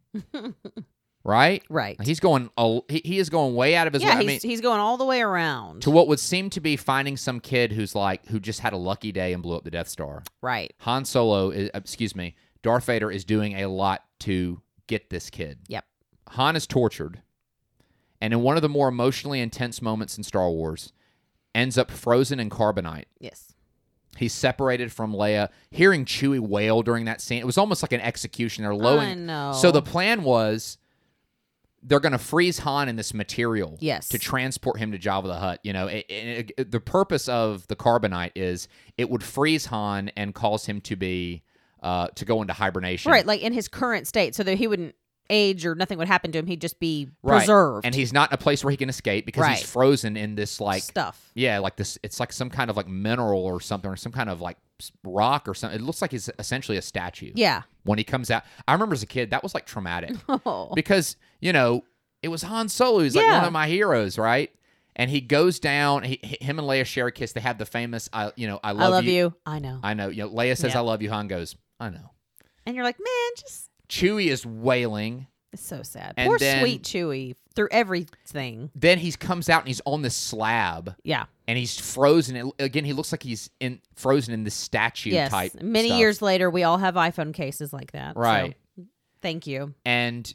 S1: right?
S2: right.
S1: He's going, a- he he is going way out of his
S2: yeah.
S1: way. I
S2: he's
S1: mean-
S2: he's going all the way around.
S1: to what would seem to be finding some kid who's like who just had a lucky day and blew up the Death Star.
S2: right.
S1: Han Solo, is, uh, excuse me, Darth Vader is doing a lot to get this kid.
S2: Yep.
S1: Han is tortured, and in one of the more emotionally intense moments in Star Wars, ends up frozen in carbonite.
S2: Yes.
S1: He's separated from Leia. Hearing Chewie wail during that scene, it was almost like an execution. They're
S2: I
S1: lowering.
S2: know.
S1: So the plan was they're going to freeze Han in this material
S2: Yes.
S1: to transport him to Java the Hutt. You know, it, it- it- the purpose of the carbonite is it would freeze Han and cause him to be uh, to go into hibernation.
S2: right, like in his current state, so that he wouldn't age or nothing would happen to him. He'd just be
S1: Right.
S2: preserved.
S1: And he's not in a place where he can escape because
S2: Right.
S1: he's frozen in this like
S2: stuff.
S1: yeah, like this. It's like some kind of like mineral or something, or some kind of like s- rock or something. It looks like he's essentially a statue.
S2: Yeah.
S1: When he comes out, I remember as a kid that was like traumatic.
S2: Oh.
S1: because you know it was Han Solo. He's like one
S2: Yeah.
S1: of my heroes, right? And he goes down. He, h- him and Leia share a kiss. They have the famous, "I, you know, I love,
S2: I love you. I know.
S1: I know. You know, Leia says,
S2: Yeah.
S1: "I love you." Han goes, "I know."
S2: and you're like, man, just
S1: Chewie is wailing.
S2: it's so sad.
S1: And
S2: Poor
S1: then-
S2: sweet Chewy through everything.
S1: Then he comes out and he's on this slab
S2: Yeah.
S1: and he's frozen. It- Again, he looks like he's in frozen in this statue
S2: Yes.
S1: type.
S2: Many
S1: stuff.
S2: years later, we all have iPhone cases like that. so
S1: Right.
S2: thank you.
S1: and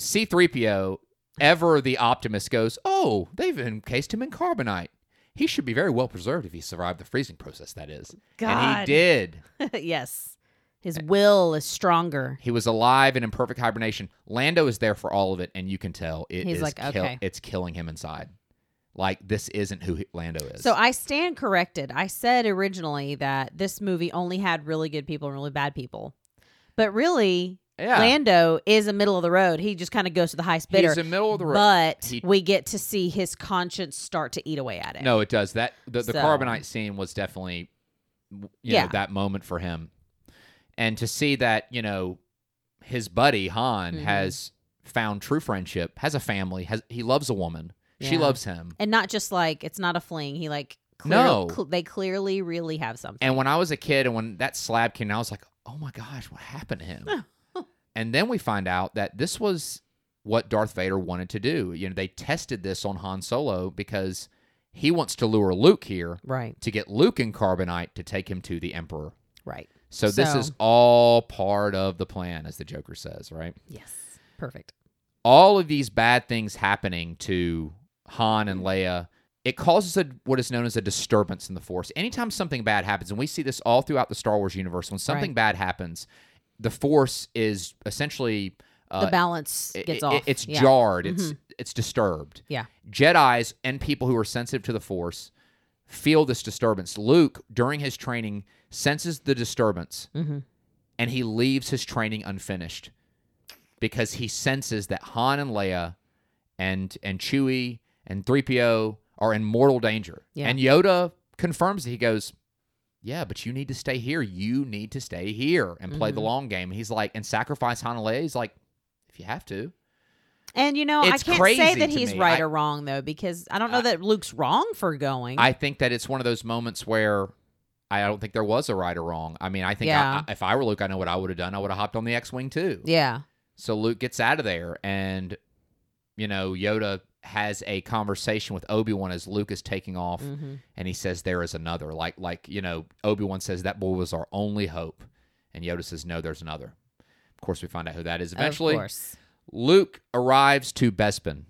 S1: C3PO, ever the optimist, goes, Oh, they've encased him in carbonite. He should be very well preserved if he survived the freezing process, that is. And he
S2: God.
S1: did. Eh.
S2: yes. His will is stronger.
S1: He was alive and in perfect hibernation. Lando is there for all of it, and you can tell it
S2: He's
S1: is
S2: like,
S1: kill-
S2: "Okay."
S1: it's killing him inside. Like, this isn't who he- Lando is.
S2: So I stand corrected. I said originally that this movie only had really good people and really bad people. But really,
S1: yeah,
S2: Lando is a middle of the road. He just kind of goes to the highest bidder.
S1: he's in the middle of the road.
S2: But
S1: He-
S2: we get to see his conscience start to eat away at it.
S1: No, it does. That the, the
S2: So-
S1: carbonite scene was definitely you
S2: Yeah.
S1: know, that moment for him. And to see that, you know, his buddy Han
S2: Mhm.
S1: has found true friendship, has a family, has he loves a woman. She
S2: Yeah.
S1: loves him.
S2: And not just like it's not a fling. He like clear,
S1: No.
S2: cl- they clearly really have something.
S1: And when I was a kid and when that slab came, out, I was like, oh my gosh, what happened to him? and then we find out that this was what Darth Vader wanted to do. You know, they tested this on Han Solo because he wants to lure Luke here
S2: Right.
S1: to get Luke and Carbonite to take him to the Emperor.
S2: Right.
S1: So this
S2: So-
S1: is all part of the plan, as the Joker says, right?
S2: Yes. Perfect.
S1: all of these bad things happening to Han and Leia, it causes a, what is known as a disturbance in the Force. Anytime something bad happens, and we see this all throughout the Star Wars universe, when something
S2: Right.
S1: bad happens, the Force is essentially uh,
S2: The balance
S1: i-
S2: gets
S1: i-
S2: off.
S1: It's
S2: yeah. Mm-hmm.
S1: jarred. It's it's disturbed.
S2: Yeah.
S1: Jedi's and people who are sensitive to the Force feel this disturbance. Luke, during his training, senses the disturbance,
S2: Mhm.
S1: and he leaves his training unfinished because he senses that Han and Leia and and Chewie and 3PO are in mortal danger.
S2: Yeah.
S1: And Yoda confirms it. He goes, "Yeah, but you need to stay here. You need to stay here and play
S2: Mm-hmm.
S1: the long game." And he's like, "And sacrifice Han and Leia." He's like, "If you have to."
S2: Mm-hmm. And you know,
S1: It's
S2: I can't
S1: crazy
S2: say that
S1: to
S2: he's
S1: me.
S2: right
S1: I-
S2: or wrong though, because I don't know that Luke's wrong for going.
S1: I think that it's one of those moments where I don't think there was a right or wrong. I mean, I think
S2: Yeah.
S1: I, I, if I were Luke, I know what I would have done. I would have hopped on the X-wing too.
S2: yeah.
S1: So Luke gets out of there, and you know Yoda has a conversation with Obi Wan as Luke is taking off,
S2: hmm
S1: and he says, "There is another." Like like you know Obi Wan says that boy was our only hope, and Yoda says, "No, there's another." Of course, we find out who that is eventually.
S2: Of course.
S1: Luke arrives to Bespin,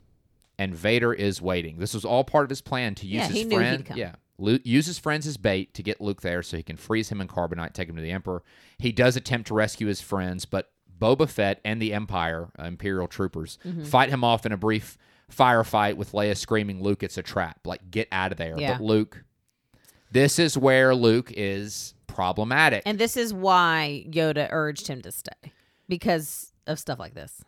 S1: and Vader is waiting. This was all part of his plan to use
S2: Yeah,
S1: his
S2: he knew
S1: friend.
S2: he'd come.
S1: Yeah, Lu use his friends as bait to get Luke there, so he can freeze him in carbonite, take him to the Emperor. He does attempt to rescue his friends, but Boba Fett and the Empire uh, Imperial troopers
S2: Mm-hmm.
S1: fight him off in a brief firefight with Leia screaming, "Luke, it's a trap! Like get out of there!"
S2: Yeah.
S1: But Luke, this is where Luke is problematic.
S2: And this is why Yoda urged him to stay because of stuff like this.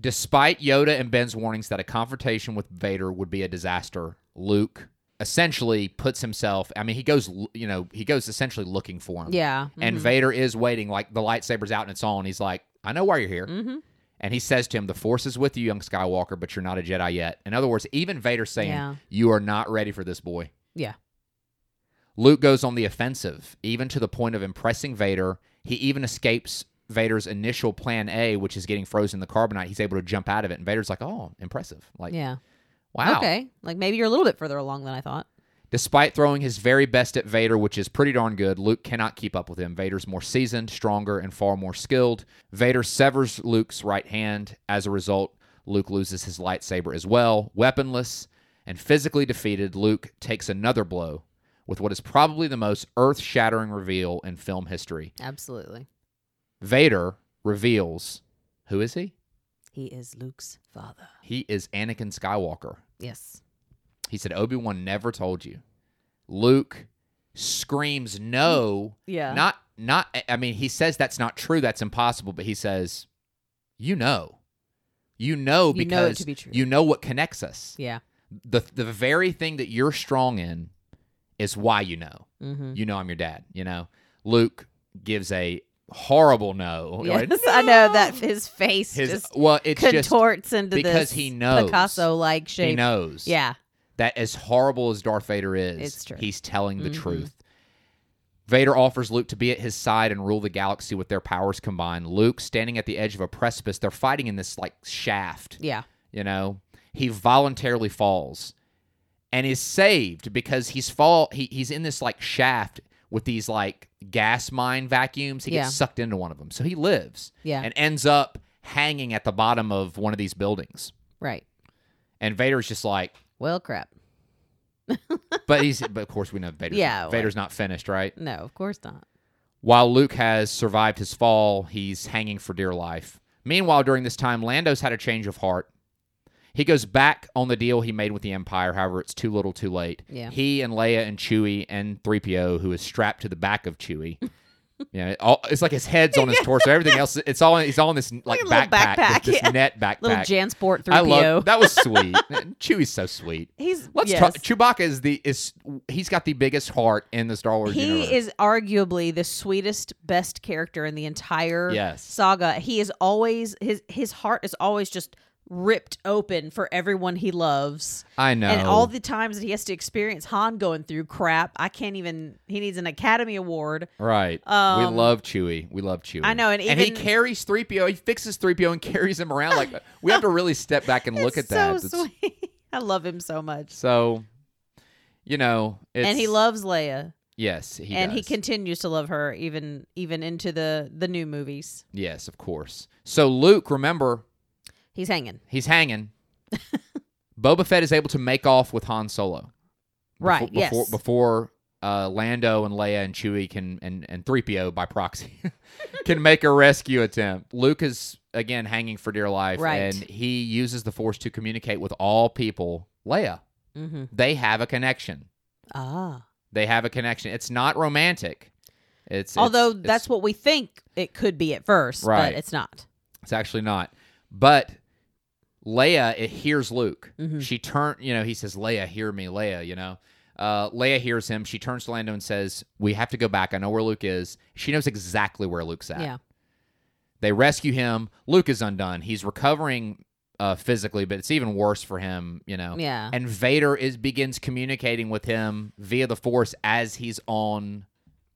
S1: Despite Yoda and Ben's warnings that a confrontation with Vader would be a disaster, Luke essentially puts himself, I mean, he goes, l- you know, he goes essentially looking for him.
S2: Yeah.
S1: Um,
S2: Mm-hmm.
S1: And Vader is waiting, like the lightsaber's out and it's on. He's like, I know why you're here.
S2: hmm
S1: And he says to him, The Force is with you, young Skywalker, but you're not a Jedi yet. In other words, even Vader saying,
S2: Yeah.
S1: You are not ready for this boy.
S2: Yeah.
S1: Luke goes on the offensive, even to the point of impressing Vader. He even escapes Vader's initial plan A, which is getting frozen in the carbonite. He's able to jump out of it, and Vader's like, "Oh, impressive! Like,
S2: yeah.
S1: wow!"
S2: Okay. Like maybe you're a little bit further along than I thought.
S1: Despite throwing his very best at Vader, which is pretty darn good, Luke cannot keep up with him. Vader's more seasoned, stronger, and far more skilled. Vader severs Luke's right hand. As a result, Luke loses his lightsaber as well. Weaponless and physically defeated, Luke takes another blow with what is probably the most earth shattering reveal in film history.
S2: Absolutely.
S1: Vader reveals who is he?
S2: He is Luke's father.
S1: He is Anakin Skywalker.
S2: Yes.
S1: He said, Obi Wan never told you. Luke screams no.
S2: Yeah.
S1: Not not I mean, he says that's not true, that's impossible, but he says, You know. You know
S2: You
S1: Oh, because
S2: know it to be true.
S1: you know what connects us.
S2: yeah.
S1: The the very thing that you're strong in is why you know.
S2: Mm-hmm.
S1: You know I'm your dad, you know. Luke gives a horrible no.
S2: Yes,
S1: Like,
S2: I know that his face
S1: his
S2: just
S1: well, it's just
S2: contorts into
S1: because
S2: this
S1: he knows.
S2: Picasso like shape.
S1: he knows.
S2: Yeah.
S1: that as horrible as Darth Vader is,
S2: It's true.
S1: he's telling the
S2: Mhm.
S1: truth. Vader offers Luke to be at his side and rule the galaxy with their powers combined. Luke standing at the edge of a precipice, they're fighting in this like shaft,
S2: Yeah.
S1: you know. He voluntarily falls and is saved because he's fall he, he's in this like shaft with these like gas mine vacuums. He
S2: Yeah.
S1: gets sucked into one of them. So he lives
S2: Yeah.
S1: and ends up hanging at the bottom of one of these buildings.
S2: right.
S1: And Vader's just like,
S2: Well, crap.
S1: but he's but of course we know Vader's
S2: Yeah, like-
S1: Vader's not finished, right?
S2: No, of course not.
S1: While Luke has survived his fall, he's hanging for dear life. Meanwhile, during this time, Lando's had a change of heart. He goes back on the deal he made with the Empire, however, it's too little too late.
S2: Yeah.
S1: He and Leia and Chewie and 3PO, who is strapped to the back of Chewie. yeah, it all, it's like his head's on his torso. Everything else, it's all he's all in this like
S2: a little
S1: backpack, this-
S2: backpack,
S1: this,
S2: yeah.
S1: net backpack.
S2: Little Jansport 3PO.
S1: I love that was sweet. Chewie's so sweet.
S2: He's
S1: Let's
S2: yes.
S1: talk. Chewbacca is the is he's got the biggest heart in the Star Wars
S2: He
S1: universe.
S2: is arguably the sweetest, best character in the entire
S1: Yes.
S2: saga. He is always his his heart is always just ripped open for everyone he loves.
S1: I know.
S2: And all the times that he has to experience Han going through crap, I can't even. He needs an Academy Award.
S1: Right. we
S2: Um,
S1: love Chewie. We love Chewie.
S2: I know, and
S1: he
S2: even-
S1: carries 3PO. He fixes 3PO and carries him around. Like we have to really step back and look at
S2: It's
S1: that.
S2: So
S1: That's-
S2: sweet. I love him so much.
S1: So, you know, it's,
S2: and he loves Leia,
S1: Yes, he
S2: and he
S1: does.
S2: continues to love her even even into the the new movies.
S1: Yes, of course. So Luke, remember,
S2: He's hanging
S1: he's hanging. Boba Fett is able to make off with Han Solo.
S2: right.
S1: Before, before,
S2: yes.
S1: before uh, Lando and Leia and Chewie can and and three PO by proxy can make a rescue attempt. Luke is again hanging for dear life,
S2: Right.
S1: and he uses the Force to communicate with all people. Leia,
S2: mm-hmm.
S1: they have a connection.
S2: Ah.
S1: They have a connection. It's not romantic. It's
S2: Although
S1: it's- it's-
S2: that's what we think it could be at first,
S1: Right.
S2: but it's not.
S1: It's actually not. But Leia it hears Luke.
S2: Mhm.
S1: She turn, you know, he says, "Leia, hear me, Leia." You know, uh, Leia hears him. She turns to Lando and says, "We have to go back. I know where Luke is." She knows exactly where Luke's at.
S2: Yeah.
S1: They rescue him. Luke is undone. He's recovering uh, physically, but it's even worse for him. You know.
S2: Yeah.
S1: And Vader is begins communicating with him via the Force as he's on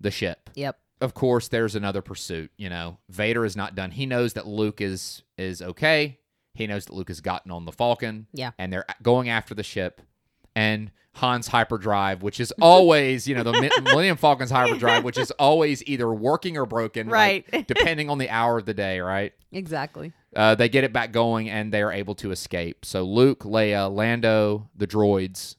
S1: the ship
S2: Yep.
S1: of course there's another pursuit you know vader is not done he knows that luke is is okay he knows that luke has gotten on the falcon
S2: Yeah.
S1: and they're going after the ship and han's hyperdrive which is always you know the Mi- millennium falcon's hyperdrive which is always either working or broken like,
S2: Right.
S1: depending on the hour of the day right
S2: Exactly.
S1: uh, they get it back going and they are able to escape so luke leia lando the droids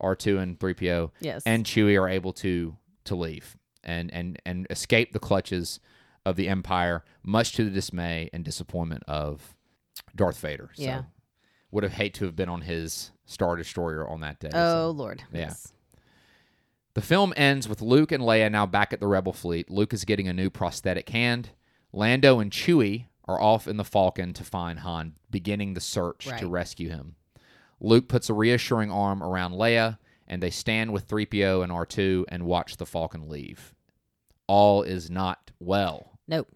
S1: r2 and 3po
S2: Yes.
S1: and Chewie are able to to leave and and and escape the clutches of the Empire, much to the dismay and disappointment of Darth Vader.
S2: Yeah.
S1: So, would have hate to have been on his Star Destroyer on that day.
S2: oh
S1: So,
S2: Lord.
S1: Yeah.
S2: Yes.
S1: The film ends with Luke and Leia now back at the Rebel fleet. Luke is getting a new prosthetic hand. Lando and Chewie are off in the Falcon to find Han, beginning the search to
S2: Right.
S1: rescue him. Luke puts a reassuring arm around Leia, and they stand with 3PO and R2 and watch the Falcon leave. All is not well.
S2: Nope.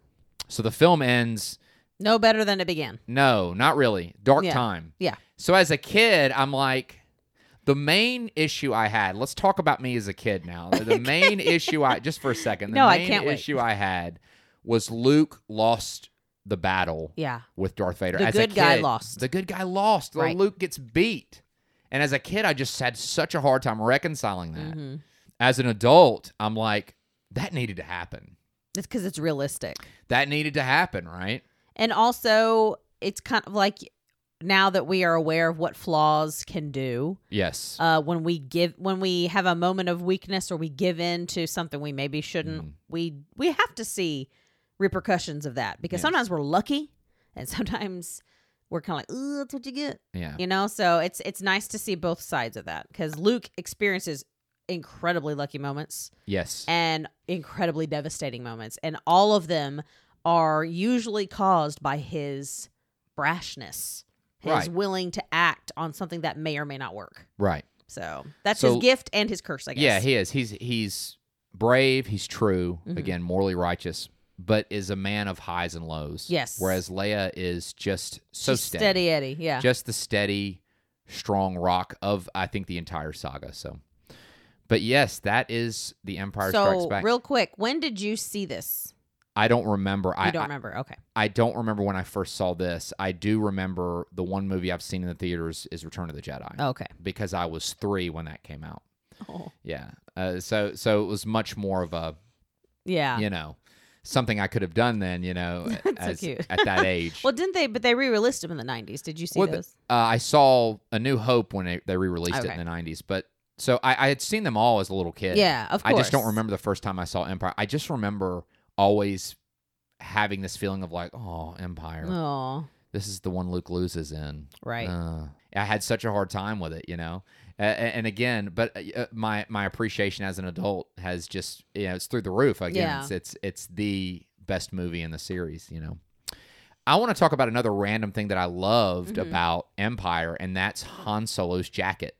S1: So the film ends.
S2: No better than it began.
S1: No, not really. Dark
S2: Yeah.
S1: time.
S2: Yeah.
S1: So as a kid, I'm like, the main issue I had. Let's talk about me as a kid now. The main issue I just for a second. The
S2: No, I
S1: main
S2: can't wait.
S1: issue I had was Luke lost the battle
S2: Yeah.
S1: with Darth Vader.
S2: The
S1: as a
S2: good guy
S1: kid,
S2: lost.
S1: The good guy lost. Like,
S2: Right.
S1: Luke gets beat. And as a kid, I just had such a hard time reconciling that.
S2: Mm-hmm.
S1: As an adult, I'm like, that needed to happen.
S2: It's because it's realistic.
S1: That needed to happen, right?
S2: And also, it's kind of like now that we are aware of what flaws can do,
S1: Yes.
S2: uh, when we give, when we have a moment of weakness or we give in to something we maybe shouldn't,
S1: Mhm.
S2: we we have to see repercussions of that because
S1: Yes.
S2: sometimes we're lucky, and sometimes we're kind of like, "Ooh, that's what you get,"
S1: yeah.
S2: you know. So it's it's nice to see both sides of that because Luke experiences incredibly lucky moments
S1: Yes.
S2: and incredibly devastating moments. And all of them are usually caused by his brashness, his
S1: Right.
S2: willing to act on something that may or may not work.
S1: right.
S2: So that's
S1: So-
S2: his gift and his curse, I guess.
S1: Yeah, he is. He's he's brave. He's true.
S2: Mhm.
S1: Again, morally righteous, but is a man of highs and lows.
S2: Yes.
S1: Whereas Leia is just so
S2: Just
S1: steady,
S2: steady Eddie. Yeah.
S1: just the steady, strong rock of I think the entire saga. So, but yes, that is the Empire Strikes
S2: so
S1: Back.
S2: real quick, when did you see this?
S1: I don't remember.
S2: You
S1: I,
S2: don't
S1: I
S2: remember. Okay.
S1: I don't remember when I first saw this. I do remember the one movie I've seen in the theaters is Return of the Jedi
S2: Okay.
S1: because I was three when that came out.
S2: Oh.
S1: Yeah. Uh, so so it was much more of a
S2: Yeah.
S1: you know, something I could have done then, you know,
S2: That's so
S1: as-
S2: cute.
S1: at that age.
S2: Well, didn't they? But they re-released him in the '90s. Did you see
S1: Well, the-
S2: those?
S1: uh, I saw A New Hope when they, they re released it
S2: Okay.
S1: in the 90s, but so I, I had seen them all as a little kid.
S2: yeah, of
S1: I
S2: course.
S1: just don't remember the first time I saw Empire. I just remember always having this feeling of like, oh, Empire.
S2: Oh,
S1: This is the one Luke loses in.
S2: right.
S1: Uh, I had such a hard time with it, you know. Uh, and again, but uh, my my appreciation as an adult has just you know it's through the roof. Again,
S2: Yeah.
S1: it's, it's it's the best movie in the series, you know. I want to talk about another random thing that I loved
S2: Mhm.
S1: about Empire, and that's Han Solo's jacket.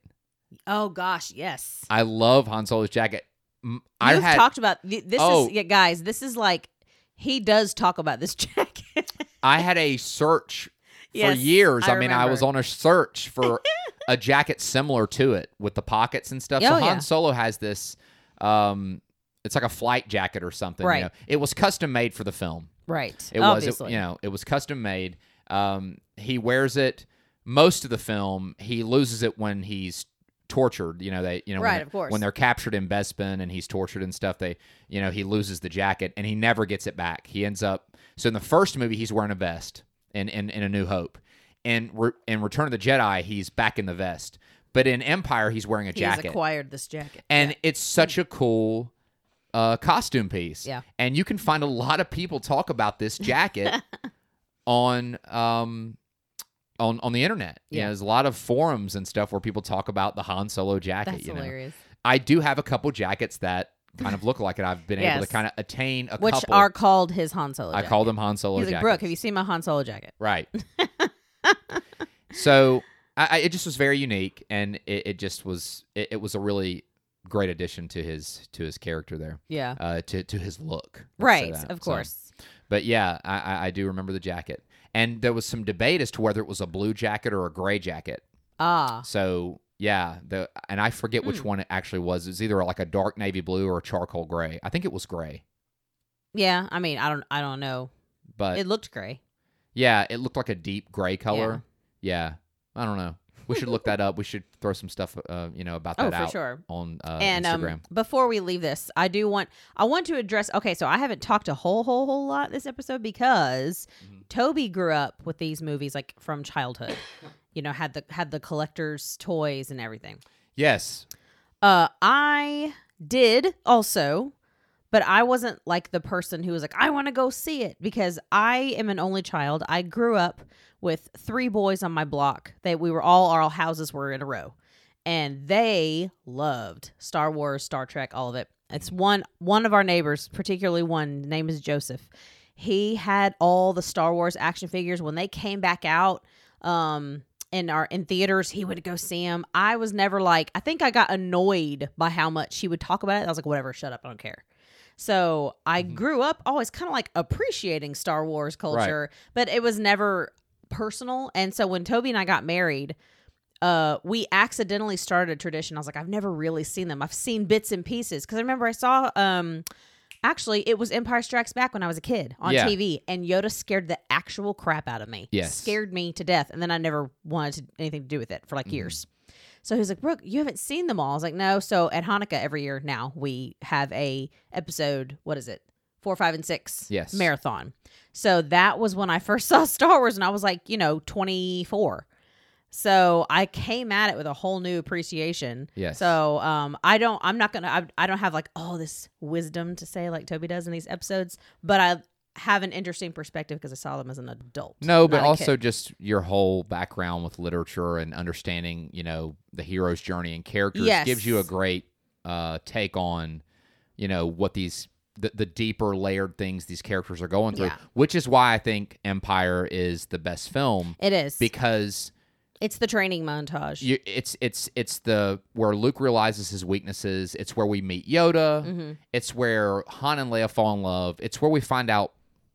S2: oh gosh, yes.
S1: I love Han Solo's jacket. Mm, I
S2: You've
S1: had
S2: talked about th- this
S1: Oh.
S2: is yeah, guys. This is like he does talk about this jacket.
S1: I had a search for
S2: Yes,
S1: years.
S2: I
S1: I, mean, I was on
S2: remember.
S1: a search for a jacket similar to it with the pockets and stuff. so
S2: Oh,
S1: Han
S2: yeah.
S1: Solo has this. Um, it's like a flight jacket or something. you
S2: Right.
S1: know. It was custom made for the film.
S2: Right.
S1: It was,
S2: Obviously.
S1: it, you know, it was custom made. Um, he wears it most of the film. He loses it when he's tortured. You know, they, you know,
S2: Right,
S1: when,
S2: of course.
S1: when they're captured in Bespin and he's tortured and stuff. They, you know, he loses the jacket and he never gets it back. He ends up. So in the first movie, he's wearing a vest in in, in A New Hope, and re- in Return of the Jedi, he's back in the vest. But in Empire, he's wearing a
S2: He's
S1: jacket
S2: acquired this jacket.
S1: and it's such a cool uh, costume piece.
S2: Yeah.
S1: and you can find a lot of people talk about this jacket on um on on the internet. Yeah,
S2: Yeah.
S1: there's a lot of forums and stuff where people talk about the Han Solo jacket.
S2: that's
S1: you know,
S2: hilarious.
S1: I do have a couple jackets that kind of look like it. I've been able
S2: Yes.
S1: to kind of attain a
S2: Which
S1: couple.
S2: are called his Han Solo
S1: I
S2: jacket.
S1: call them Han Solo
S2: He's like,
S1: jackets.
S2: Brooke, have you seen my Han Solo jacket?
S1: Right. so I, I, it just was very unique, and it, it just was it, it was a really great addition to his to his character there,
S2: Yeah.
S1: uh, to to his look. let's say
S2: Right.
S1: that.
S2: Of
S1: So-
S2: course.
S1: but yeah, I, I, I do remember the jacket, and there was some debate as to whether it was a blue jacket or a gray jacket.
S2: Ah.
S1: So yeah, the and I forget which
S2: Hmm.
S1: one it actually was. It was either like a dark navy blue or a charcoal gray. I think it was gray,
S2: Yeah. I mean, I don't. I don't know.
S1: but
S2: it looked gray.
S1: Yeah, it looked like a deep gray color. Yeah. I don't know. We should look that up. We should throw some stuff, uh, you know, about
S2: Oh,
S1: that
S2: for
S1: out
S2: sure.
S1: on uh,
S2: and
S1: Instagram.
S2: um, before we leave this, I do want I want to address. Okay, so I haven't talked a whole whole whole lot this episode because
S1: Mhm.
S2: Toby grew up with these movies like from childhood. you know, had the had the collector's toys and everything.
S1: yes.
S2: Uh, I did also, but I wasn't like the person who was like, I want to go see it because I am an only child. I grew up with three boys on my block. They we were all our houses were in a row, and they loved Star Wars, Star Trek, all of it. It's one one of our neighbors, particularly one name is Joseph. He had all the Star Wars action figures when they came back out. Um, in our in theaters he would go see him i was never like i think i got annoyed by how much he would talk about it i was like whatever shut up i don't care so i
S1: Mhm.
S2: grew up always kind of like appreciating star wars culture but it was never personal and so when toby and i got married uh, we accidentally started a tradition. I was like, I've never really seen them. I've seen bits and pieces because I remember I saw. Um, actually, it was Empire Strikes Back when I was a kid on
S1: Yeah.
S2: TV, and Yoda scared the actual crap out of me.
S1: Yes.
S2: scared me to death, and then I never wanted to, anything to do with it for like
S1: Mhm.
S2: years. So he was like, Brooke, you haven't seen them all. I was like, no. So at Hanukkah every year now we have a episode. What is it? Four, five, and six.
S1: Yes.
S2: Marathon. So that was when I first saw Star Wars, and I was like, you know, twenty four. So I came at it with a whole new appreciation.
S1: Yes.
S2: So um, I don't. I'm not gonna. I, I don't have like all this wisdom to say like Toby does in these episodes, but I have an interesting perspective because I saw them as an adult.
S1: No, but
S2: not a
S1: also
S2: kid.
S1: just your whole background with literature and understanding, you know, the hero's journey and characters
S2: Yes.
S1: gives you a great uh, take on, you know, what these the, the deeper layered things these characters are going through,
S2: Yeah.
S1: which is why I think Empire is the best film
S2: it is.
S1: because
S2: it's the training montage.
S1: you, it's it's it's the where Luke realizes his weaknesses. It's where we meet Yoda.
S2: Mhm.
S1: It's where Han and Leia fall in love. It's where we find out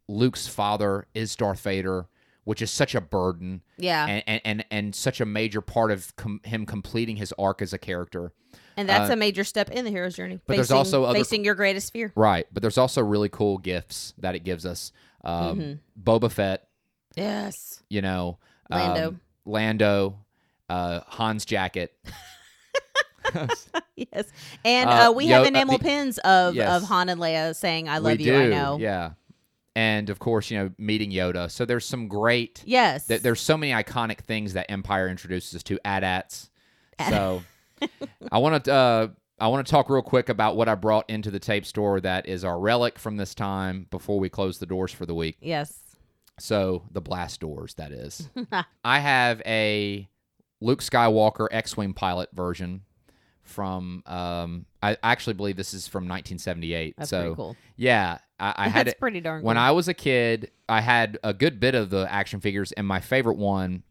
S1: Luke's father is Darth Vader, which is such a burden
S2: Yeah, and,
S1: and, and, and, and such a major part of com- him completing his arc as a character.
S2: that's a major step in the hero's journey.
S1: uh, but there's
S2: Facing-
S1: also other-
S2: facing your greatest fear.
S1: Right, but there's also really cool gifts that it gives us. Um,
S2: Mhm.
S1: Boba Fett,
S2: Yes,
S1: you know,
S2: Lando.
S1: um, Lando, uh, Han's jacket.
S2: yes, and
S1: Uh,
S2: uh, we
S1: yo-
S2: have
S1: uh,
S2: enamel
S1: the-
S2: pins of
S1: Yes.
S2: of Han and Leia saying, "I
S1: we
S2: love you."
S1: do.
S2: I know.
S1: Yeah. And of course, you know, meeting Yoda. So there's some great
S2: Yes,
S1: th- there's so many iconic things that Empire introduces us to AT-ATs. So I want to uh, I want to talk real quick about what I brought into the tape store that is our relic from this time before we close the doors for the week.
S2: yes.
S1: So the blast doors that is. I have a Luke Skywalker X-wing pilot version from um, I actually believe this is from 1978.
S2: That's
S1: so
S2: pretty cool.
S1: yeah, I, I had
S2: that's
S1: it
S2: pretty darn.
S1: when
S2: cool.
S1: I was a kid, I had a good bit of the action figures, and my favorite one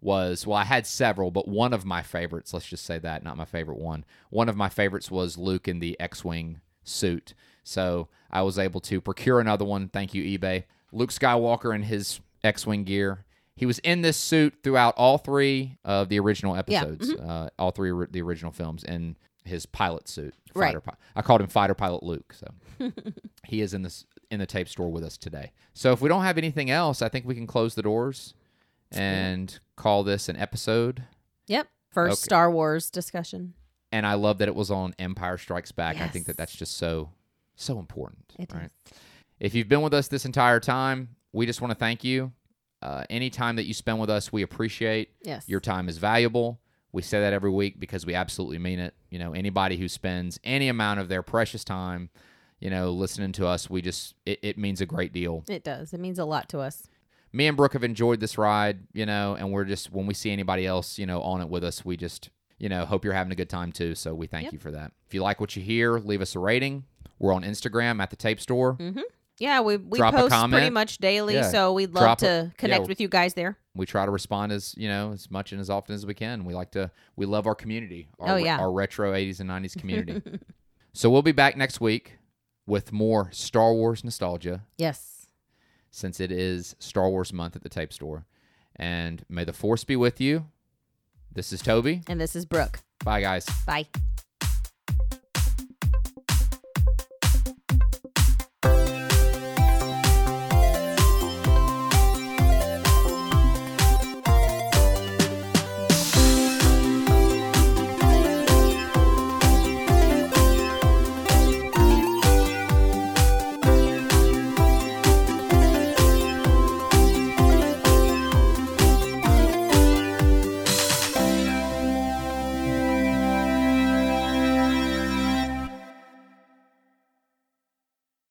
S1: was well, I had several, but one of my favorites, let's just say that, not my favorite one. One of my favorites was Luke in the X Wing suit. So I was able to procure another one. Thank you, eBay. Luke Skywalker in his X Wing gear. He was in this suit throughout all three of the original episodes,
S2: mhm.
S1: uh, all three ori- the original films, in his pilot suit.
S2: Right.
S1: Fighter pi- I called him fighter pilot Luke. So he is in this in the tape store with us today. So if we don't have anything else, I think we can close the doors and call this an episode.
S2: Yep. First
S1: Okay.
S2: Star Wars discussion.
S1: And I love that it was on Empire Strikes Back. I think that
S2: Yes.
S1: that's just so so important.
S2: It
S1: right? If you've been with us this entire time, we just want to thank you. Uh, any time that you spend with us, we appreciate.
S2: Yes.
S1: Your time is valuable. We say that every week because we absolutely mean it. You know, anybody who spends any amount of their precious time, you know, listening to us, we just, it, it means a great deal.
S2: it does. It means a lot to us.
S1: Me and Brooke have enjoyed this ride, you know, and we're just, when we see anybody else, you know, on it with us, we just, you know, hope you're having a good time too. So we thank
S2: Yep.
S1: you for that. If you like what you hear, leave us a rating. We're on Instagram at the tape store.
S2: Mm. Yeah, we we
S1: Drop a
S2: post pretty
S1: comment.
S2: much daily,
S1: Yeah.
S2: so we'd love
S1: Drop a-
S2: to connect
S1: yeah.
S2: with you guys there.
S1: we try to respond as you know as much and as often as we can we like to we love our community our,
S2: Oh, yeah.
S1: our retro 80s and 90s community so we'll be back next week with more star wars nostalgia
S2: Yes.
S1: since it is star wars month at the tape store and may the force be with you this is toby
S2: And this is Brooke.
S1: bye guys
S2: Bye.